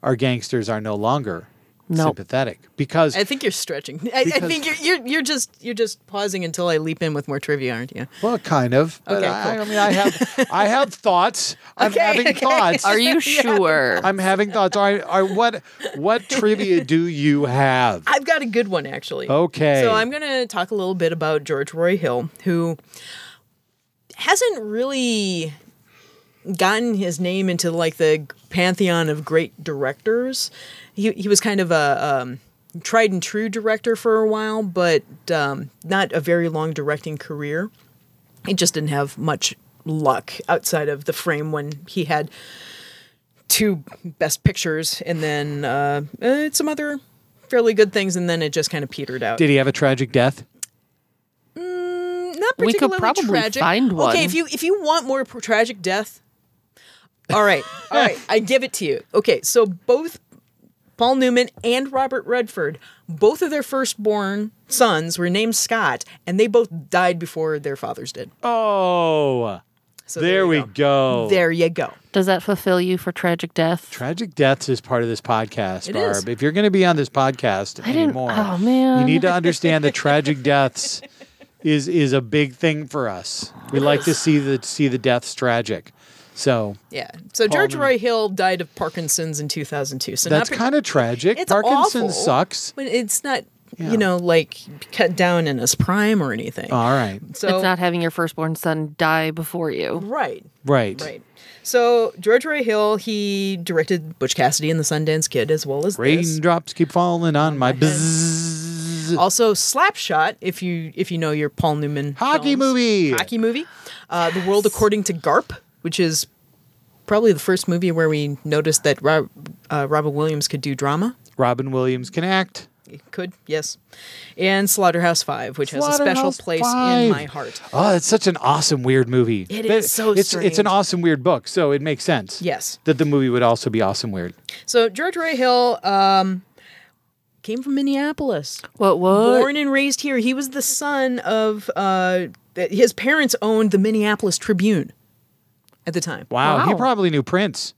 Speaker 2: our gangsters are no longer
Speaker 4: Nope.
Speaker 2: sympathetic because
Speaker 3: I think you're stretching. I, I
Speaker 2: Because-
Speaker 3: think you're, you're you're just you're just pausing until I leap in with more trivia, aren't you?
Speaker 2: well, kind of. But
Speaker 3: Okay,
Speaker 2: I,
Speaker 3: cool.
Speaker 2: I mean, I have I have thoughts. I'm
Speaker 3: Okay,
Speaker 2: having
Speaker 3: okay.
Speaker 2: thoughts.
Speaker 4: Are you sure?
Speaker 2: I'm having thoughts. All right, all right, what what trivia do you have?
Speaker 3: I've got a good one actually.
Speaker 2: Okay.
Speaker 3: So I'm going to talk a little bit about George Roy Hill, who hasn't really gotten his name into like the pantheon of great directors. He he was kind of a um, tried and true director for a while, but um, not a very long directing career. He just didn't have much luck outside of the frame when he had two best pictures and then uh, uh, some other fairly good things and then it just kind of petered out
Speaker 2: Did he have a tragic death?
Speaker 3: not
Speaker 4: We could
Speaker 3: particularly
Speaker 4: probably
Speaker 3: tragic.
Speaker 4: find one.
Speaker 3: Okay, if you if you want more pr- tragic death, all right, all right, I give it to you. Okay, so both Paul Newman and Robert Redford, both of their firstborn sons were named Scott, and they both died before their fathers did.
Speaker 2: Oh,
Speaker 3: So
Speaker 2: there,
Speaker 3: you
Speaker 2: we go.
Speaker 3: There you go.
Speaker 4: Does that fulfill you for tragic death?
Speaker 2: Tragic deaths is part of this podcast,
Speaker 3: It
Speaker 2: Barb.
Speaker 3: is.
Speaker 2: If you're going to be on this podcast
Speaker 4: didn't-
Speaker 2: anymore,
Speaker 4: oh, man.
Speaker 2: you need to understand the tragic deaths is is a big thing for us. We like to see the see the deaths tragic. So
Speaker 3: Yeah. So George
Speaker 2: Paulman.
Speaker 3: Roy Hill died of Parkinson's in 2002. So
Speaker 2: that's
Speaker 3: not,
Speaker 2: kind of tragic.
Speaker 3: it's
Speaker 2: Parkinson's
Speaker 3: awful,
Speaker 2: sucks.
Speaker 3: But it's not,
Speaker 2: Yeah. Uh,
Speaker 3: you know, like cut down in his prime or anything.
Speaker 2: All right.
Speaker 3: so
Speaker 4: it's not having your firstborn son die before you.
Speaker 3: right,
Speaker 2: Right.
Speaker 3: right. So George Roy Hill, he directed Butch Cassidy and the Sundance Kid as well as this.
Speaker 2: Raindrops keep falling
Speaker 3: Oh
Speaker 2: on my bzzz.
Speaker 3: Also Slapshot, if you if you know your Paul Newman
Speaker 2: Hockey
Speaker 3: films.
Speaker 2: movie.
Speaker 3: hockey movie, uh, The World According to Garp, which is probably the first movie where we noticed that Rob, uh, Robin Williams could do drama.
Speaker 2: Robin Williams can act.
Speaker 3: Could, yes. And Slaughterhouse Five, which has a special
Speaker 2: Slaughterhouse
Speaker 3: place
Speaker 2: Five.
Speaker 3: in my heart.
Speaker 2: Oh, it's such an awesome weird movie.
Speaker 3: It
Speaker 2: That-
Speaker 3: is so
Speaker 2: it's it's an
Speaker 3: strange.
Speaker 2: awesome weird book, so it makes sense.
Speaker 3: Yes.
Speaker 2: That the movie would also be awesome weird.
Speaker 3: So George Roy Hill um, came from Minneapolis,
Speaker 4: What? What?
Speaker 3: born and raised here. He was the son of uh, th- his parents owned the Minneapolis Tribune at the time.
Speaker 2: Wow. He
Speaker 4: Wow.
Speaker 2: probably knew Prince.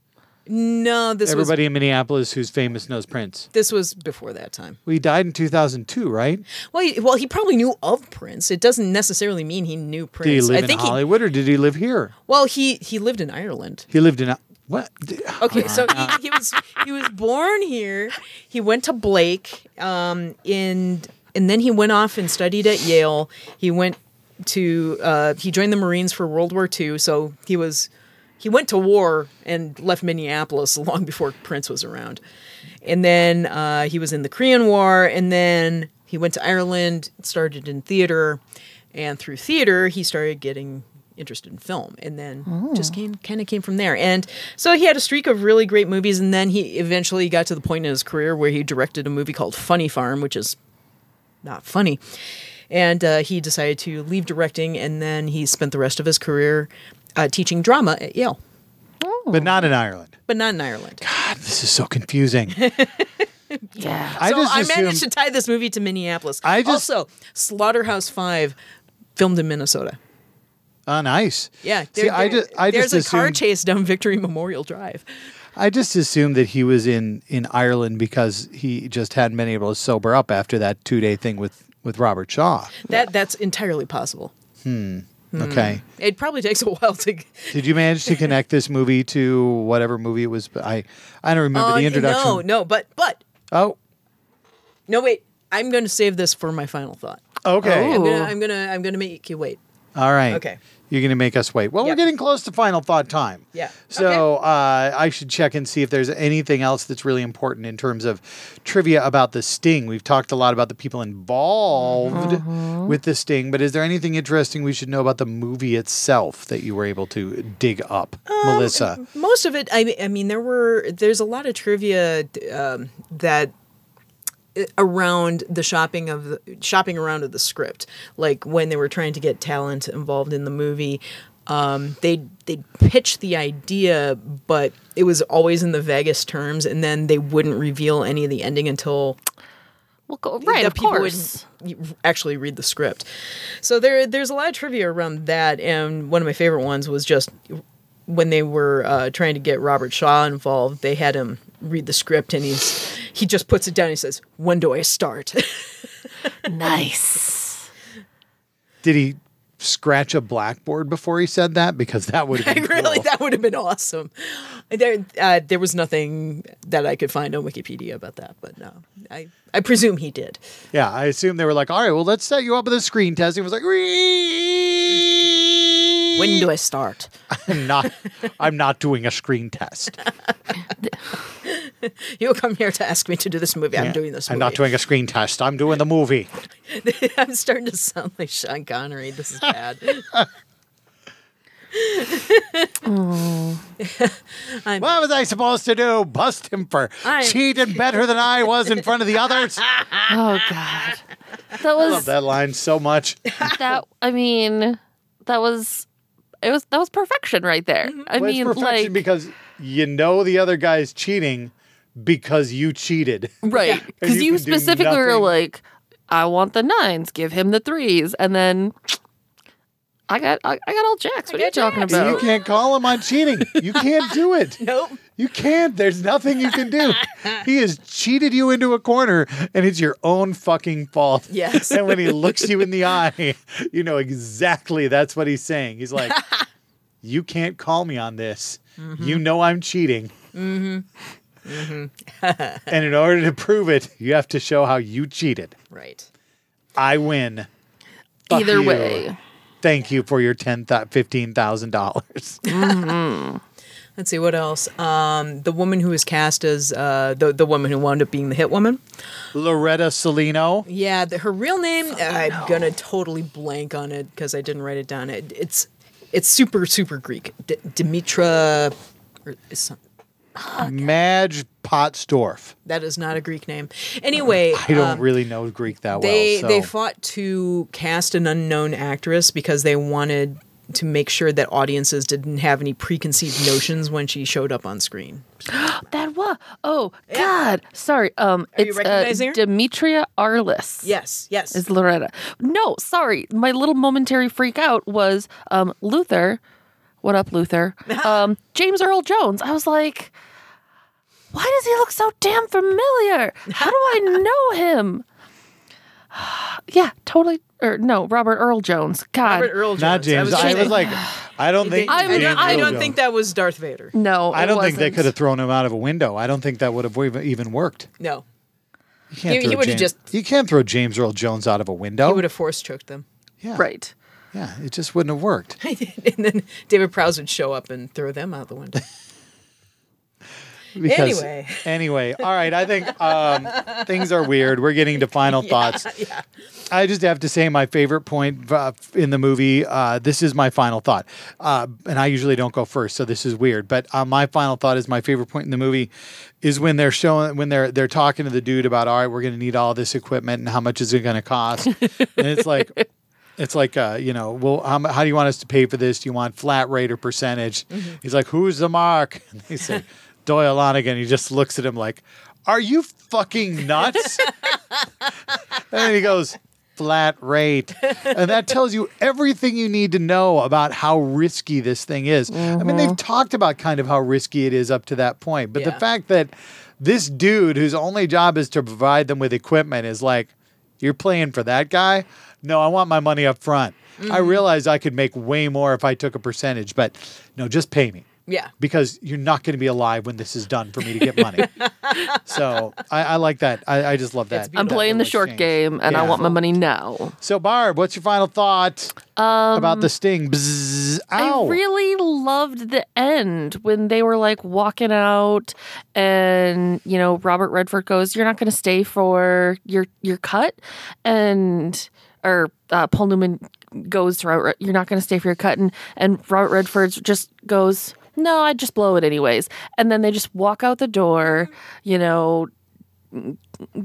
Speaker 3: No, this was
Speaker 2: Everybody in Minneapolis who's famous knows Prince.
Speaker 3: this was before that time.
Speaker 2: Well, he died in 2002, right?
Speaker 3: Well, he, well, he probably knew of Prince. It doesn't necessarily mean he knew Prince.
Speaker 2: Did he live
Speaker 3: I
Speaker 2: in
Speaker 3: think he.
Speaker 2: Hollywood or did he live here?
Speaker 3: Well, he he lived in Ireland.
Speaker 2: He lived in what? D-
Speaker 3: Okay, so he, he was he was born here. He went to Blake, um, in and then he went off and studied at Yale. He went to uh, he joined the Marines for World War II. So he was he went to war and left Minneapolis long before Prince was around. And then uh, he was in the Korean War, and then he went to Ireland, started in theater, and through theater he started getting interested in film, and then
Speaker 2: Oh.
Speaker 3: just came kind of came from there. And so he had a streak of really great movies, and then he eventually got to the point in his career where he directed a movie called Funny Farm, which is not funny. And uh, he decided to leave directing, and then he spent the rest of his career uh, teaching drama at Yale,
Speaker 2: But not in Ireland.
Speaker 3: but not in Ireland.
Speaker 2: God, this is so confusing.
Speaker 4: Yeah.
Speaker 2: I
Speaker 3: so
Speaker 2: just
Speaker 3: I
Speaker 2: assumed
Speaker 3: managed to tie this movie to Minneapolis.
Speaker 2: I just-
Speaker 3: also Slaughterhouse Five, filmed in Minnesota.
Speaker 2: on ice.
Speaker 3: Yeah,
Speaker 2: See,
Speaker 3: there-
Speaker 2: I
Speaker 3: there-
Speaker 2: just I
Speaker 3: there's
Speaker 2: just
Speaker 3: a car
Speaker 2: assumed,
Speaker 3: chase down Victory Memorial Drive.
Speaker 2: I just assumed that he was in in Ireland because he just hadn't been able to sober up after that two day thing with with Robert Shaw.
Speaker 3: That that's entirely possible. Hmm.
Speaker 2: Okay.
Speaker 3: It probably takes a while to.
Speaker 2: Did you manage to connect this movie to whatever movie it was? I I don't remember
Speaker 3: Uh,
Speaker 2: the introduction.
Speaker 3: No, no, but but
Speaker 2: Oh,
Speaker 3: no wait. I'm going to save this for my final thought.
Speaker 2: okay.
Speaker 4: Oh.
Speaker 3: I'm gonna
Speaker 4: Ooh.
Speaker 3: I'm gonna I'm gonna make you wait.
Speaker 2: All right.
Speaker 3: Okay.
Speaker 2: You're going to make us wait. Well, we're
Speaker 3: Yep.
Speaker 2: getting close to final thought time.
Speaker 3: Yeah.
Speaker 2: So uh, I should check and see if there's anything else that's really important in terms of trivia about the sting. We've talked a lot about the people involved
Speaker 3: Mm-hmm.
Speaker 2: with the sting, but is there anything interesting we should know about the movie itself that you were able to dig up,
Speaker 3: Um,
Speaker 2: Melissa?
Speaker 3: most of it I, I mean there were there's a lot of trivia um, that eh, around the shopping of the, shopping around of the script like when they were trying to get talent involved in the movie um, they they pitched the idea but it was always in the vaguest terms and then they wouldn't reveal any of the ending until
Speaker 4: Well, go, right.
Speaker 3: that
Speaker 4: Of
Speaker 3: people
Speaker 4: course.
Speaker 3: wouldn't actually read the script. So there, there's a lot of trivia around that, and one of my favorite ones was just when they were uh, trying to get Robert Shaw involved. They had him read the script, and he's he just puts it down. And he says, "When do I start?"
Speaker 4: Nice.
Speaker 2: Did he scratch a blackboard before he said that? Because that would have been
Speaker 3: really,
Speaker 2: Oh, cool.
Speaker 3: that would have been awesome. There, uh, there was nothing that I could find on Wikipedia about that, but no, I, I presume he did.
Speaker 2: Yeah, I assume they were like, all right, well, let's set you up with a screen test. He was like,
Speaker 3: When do I start?
Speaker 2: I'm not I'm not doing a screen test.
Speaker 3: You come here to ask me to do this movie. I'm doing this.
Speaker 2: I'm not
Speaker 3: movie.
Speaker 2: doing a screen test. I'm doing the movie.
Speaker 3: I'm starting to sound like Sean Connery. This is bad. I'm,
Speaker 2: What was I supposed to do? Bust him for
Speaker 3: I-
Speaker 2: cheating better than I was in front of the others? I
Speaker 4: Oh God. That was
Speaker 2: love that line so much.
Speaker 4: that I mean, that was it was that was perfection right there.
Speaker 3: Mm-hmm.
Speaker 4: I
Speaker 2: Well, it's
Speaker 4: mean,
Speaker 2: perfection
Speaker 4: like
Speaker 2: because you know the other guy's cheating because you cheated.
Speaker 4: right because
Speaker 2: And you
Speaker 4: you,
Speaker 2: can do
Speaker 4: specifically were
Speaker 2: nothing.
Speaker 4: like, I want the nines, give him the threes, and then I got I, I got all jacks. What are you
Speaker 3: got
Speaker 4: talking
Speaker 3: jacks.
Speaker 4: about?
Speaker 2: You can't call him on cheating. You can't do it.
Speaker 3: Nope.
Speaker 2: You can't. There's nothing you can do. He has cheated you into a corner, and it's your own fucking fault.
Speaker 3: Yes.
Speaker 2: And when he looks you in the eye, you know exactly that's what he's saying. He's like, "You can't call me on this. You know I'm cheating." Mm-hmm. Mm-hmm. and in order to prove it, you have to show how you cheated.
Speaker 3: Right.
Speaker 2: I win. Fuck
Speaker 4: Either
Speaker 2: you.
Speaker 4: way.
Speaker 2: Thank you for your ten th- fifteen thousand dollars.
Speaker 3: Let's see what else. Um, the woman who was cast as uh, the the woman who wound up being the hit woman.
Speaker 2: Loretta Salino.
Speaker 3: Yeah, the, her real name. I'm gonna totally blank on it because I didn't write it down. It, it's it's super super Greek. D- Dimitra. Or is some,
Speaker 2: Madge Potsdorf.
Speaker 3: that is not a Greek name. Anyway,
Speaker 2: I don't
Speaker 3: um,
Speaker 2: really know Greek that well.
Speaker 3: they
Speaker 2: So.
Speaker 3: they fought to cast an unknown actress because they wanted to make sure that audiences didn't have any preconceived notions when she showed up on screen.
Speaker 4: That was oh God. Sorry. Um
Speaker 3: Are you
Speaker 4: it's
Speaker 3: recognizing her?
Speaker 4: uh, Demetria Arliss.
Speaker 3: Yes, yes.
Speaker 4: Is Loretta. No, sorry. My little momentary freak out was um Luther. What up, Luther? Um James Earl Jones. I was like, why does he look so damn familiar? How do I know him? yeah, totally or no, Robert Earl Jones. God.
Speaker 3: Robert Earl Jones.
Speaker 2: Not James. I was,
Speaker 3: thinking-
Speaker 2: like, I don't think.
Speaker 3: I,
Speaker 4: I
Speaker 2: James
Speaker 3: don't,
Speaker 4: don't-
Speaker 3: I
Speaker 2: Earl
Speaker 3: don't
Speaker 2: Jones.
Speaker 3: think that was Darth Vader.
Speaker 4: no,
Speaker 2: I
Speaker 4: it
Speaker 2: don't think they
Speaker 4: wasn't.
Speaker 2: could have thrown him out of a window. I don't think that would have even worked.
Speaker 3: No,
Speaker 2: You can't
Speaker 3: He- he
Speaker 2: throw
Speaker 3: would've
Speaker 2: James-
Speaker 3: just-
Speaker 2: You can't throw James Earl Jones out of a window.
Speaker 3: he would have force choked them.
Speaker 2: yeah,
Speaker 4: Right.
Speaker 2: Yeah, it just wouldn't have worked.
Speaker 3: and then David Prowse would show up and throw them out the window.
Speaker 2: Because-
Speaker 3: Anyway.
Speaker 2: anyway, all right. I think um, things are weird. We're getting to final thoughts. I just have to say my favorite point uh, in the movie. Uh, this is my final thought, uh, and I usually don't go first, so this is weird. But uh, my final thought is my favorite point in the movie is when they're showing when they're they're talking to the dude about all right, we're going to need all this equipment and how much is it going to cost, and it's like. It's like, uh, you know, well, how, mu- how do you want us to pay for this? Do you want flat rate or percentage? He's like, who's the mark? And they say, Doyle Lonigan. He just looks at him like, are you fucking nuts? And then he goes, flat rate. And that tells you everything you need to know about how risky this thing is. I mean, they've talked about kind of how risky it is up to that point. But the
Speaker 3: Yeah.
Speaker 2: fact that this dude, whose only job is to provide them with equipment, is like, you're playing for that guy? No, I want my money up front. I realize I could make way more if I took a percentage, but no, just pay me
Speaker 3: Yeah.
Speaker 2: because you're not going to be alive when this is done for me to get money. so I, I like that. I, I just love that.
Speaker 4: I'm playing the short game and I
Speaker 2: Yeah.
Speaker 4: want my money now.
Speaker 2: So Barb, what's your final thought about the sting? Bzzz, ow.
Speaker 4: Um, I really loved the end when they were like walking out and you know Robert Redford goes you're not going to stay for your your cut and or uh, Paul Newman goes to Robert, Red- you're not going to stay for your cut and and Robert Redford just goes no I'd just blow it anyways and then they just walk out the door you know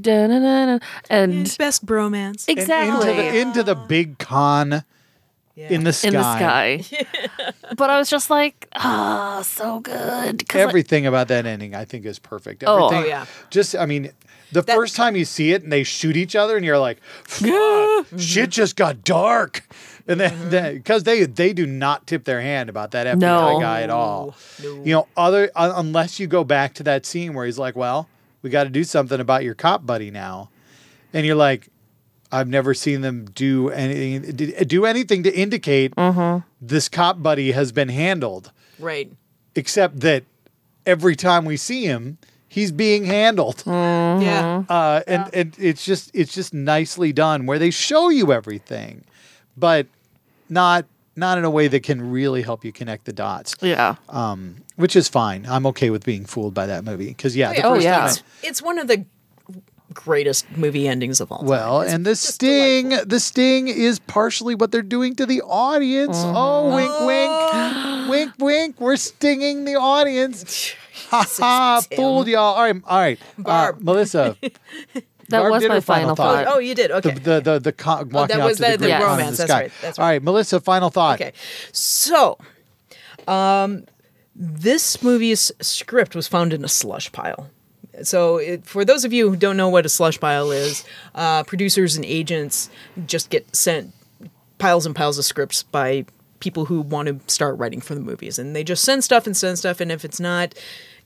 Speaker 4: da-na-na-na, and
Speaker 3: Best bromance.
Speaker 2: And into
Speaker 4: exactly
Speaker 2: the, into the big con in the sky.
Speaker 4: in the sky. but I was just like, ah, so good. 'Cause, like,
Speaker 2: Everything about that ending, I think, is perfect.
Speaker 4: Oh.
Speaker 2: Everything,
Speaker 3: Oh, yeah.
Speaker 2: Just, I mean, the first time you see it and they shoot each other, and you're like, "Fuck, shit just got dark." And then, because they they do not tip their hand about that FBI
Speaker 4: No.
Speaker 2: guy at all.
Speaker 3: No.
Speaker 2: You know, other un- unless you go back to that scene where he's like, "Well, we got to do something about your cop buddy now," and you're like, "I've never seen them do anything did- do anything to indicate this cop buddy has been handled."
Speaker 3: Right.
Speaker 2: except that every time we see him, he's being handled.
Speaker 3: Yeah.
Speaker 2: Uh, and and it's just it's just nicely done where they show you everything, but not not in a way that can really help you connect the dots.
Speaker 4: yeah.
Speaker 2: Um, which is fine. I'm okay with being fooled by that movie because yeah, the
Speaker 4: Oh,
Speaker 2: first
Speaker 4: yeah.
Speaker 2: time I-
Speaker 3: It's, it's one of the greatest movie endings of all time.
Speaker 2: Well, and the sting, the sting is partially what they're doing to the audience.
Speaker 3: Mm-hmm.
Speaker 2: Oh, wink, wink, wink, wink. We're stinging the audience. Ha ha!
Speaker 3: Tim.
Speaker 2: Fooled y'all. All right, all right. Uh,
Speaker 3: Barb.
Speaker 2: Melissa.
Speaker 4: That
Speaker 2: Barb
Speaker 4: was
Speaker 2: did her
Speaker 4: my final thought.
Speaker 3: oh, you did. Okay.
Speaker 2: The the the, the con- walking
Speaker 3: Oh, that
Speaker 2: out
Speaker 3: was
Speaker 2: to the,
Speaker 3: the- the
Speaker 2: great con in
Speaker 3: romance.
Speaker 2: the
Speaker 3: That's
Speaker 2: sky.
Speaker 3: right, that's
Speaker 2: All right, Melissa. Final thought.
Speaker 3: Okay. So, um, this movie's script was found in a slush pile. So, it, for those of you who don't know what a slush pile is, uh, producers and agents just get sent piles and piles of scripts by people who want to start writing for the movies and they just send stuff and send stuff and if it's not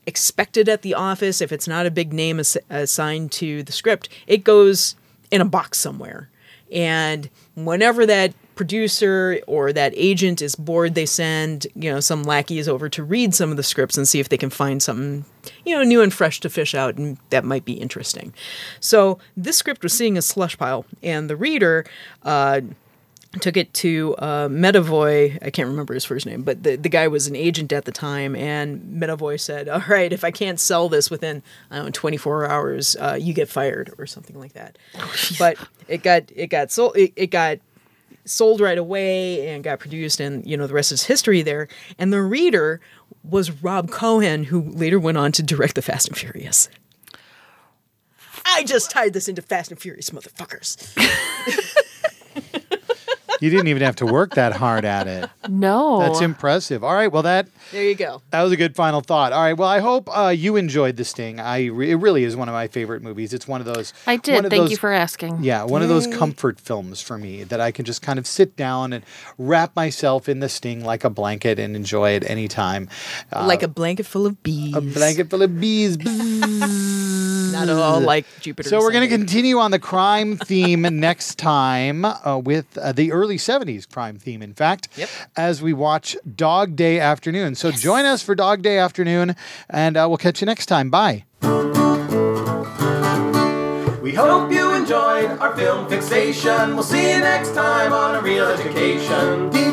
Speaker 3: expected at the office if it's not a big name ass- assigned to the script it goes in a box somewhere and whenever that producer or that agent is bored they send you know some lackeys over to read some of the scripts and see if they can find something you know new and fresh to fish out and that might be interesting so this script was seeing a slush pile and the reader uh, took it to uh, Metavoy. I can't remember his first name, but the, the guy was an agent at the time. And Metavoy said, All right, if I can't sell this within, I don't know, 24 hours, uh, you get fired or something like that. but it got, it got sold, it, it got sold right away and got produced and you know the rest is history there and the reader was rob cohen who later went on to direct the fast and furious i just tied this into fast and furious motherfuckers
Speaker 2: You didn't even have to work that hard at it.
Speaker 4: No.
Speaker 2: That's impressive. All right. Well, that
Speaker 3: there you go
Speaker 2: That was a good final thought. All right. Well, I hope uh, you enjoyed The Sting. I re- it really is one of my favorite movies. It's one of those.
Speaker 4: I did.
Speaker 2: one of
Speaker 4: Thank you
Speaker 2: those-
Speaker 4: for asking.
Speaker 2: Yeah, one of those comfort films for me that I can just kind of sit down and wrap myself in The Sting like a blanket and enjoy it anytime. Uh,
Speaker 3: like a blanket full of bees.
Speaker 2: a blanket full of bees. Bzzz.
Speaker 3: Not at all like Jupiter.
Speaker 2: So we're going to
Speaker 3: ascending.
Speaker 2: continue on the crime theme next time uh, with uh, the early 70s crime theme, in fact,
Speaker 3: Yep.
Speaker 2: as we watch Dog Day Afternoon. So join us for Dog Day Afternoon, and uh, we'll catch you next time. Bye.
Speaker 1: We hope you enjoyed our film fixation. We'll see you next time on A Real Education. Dee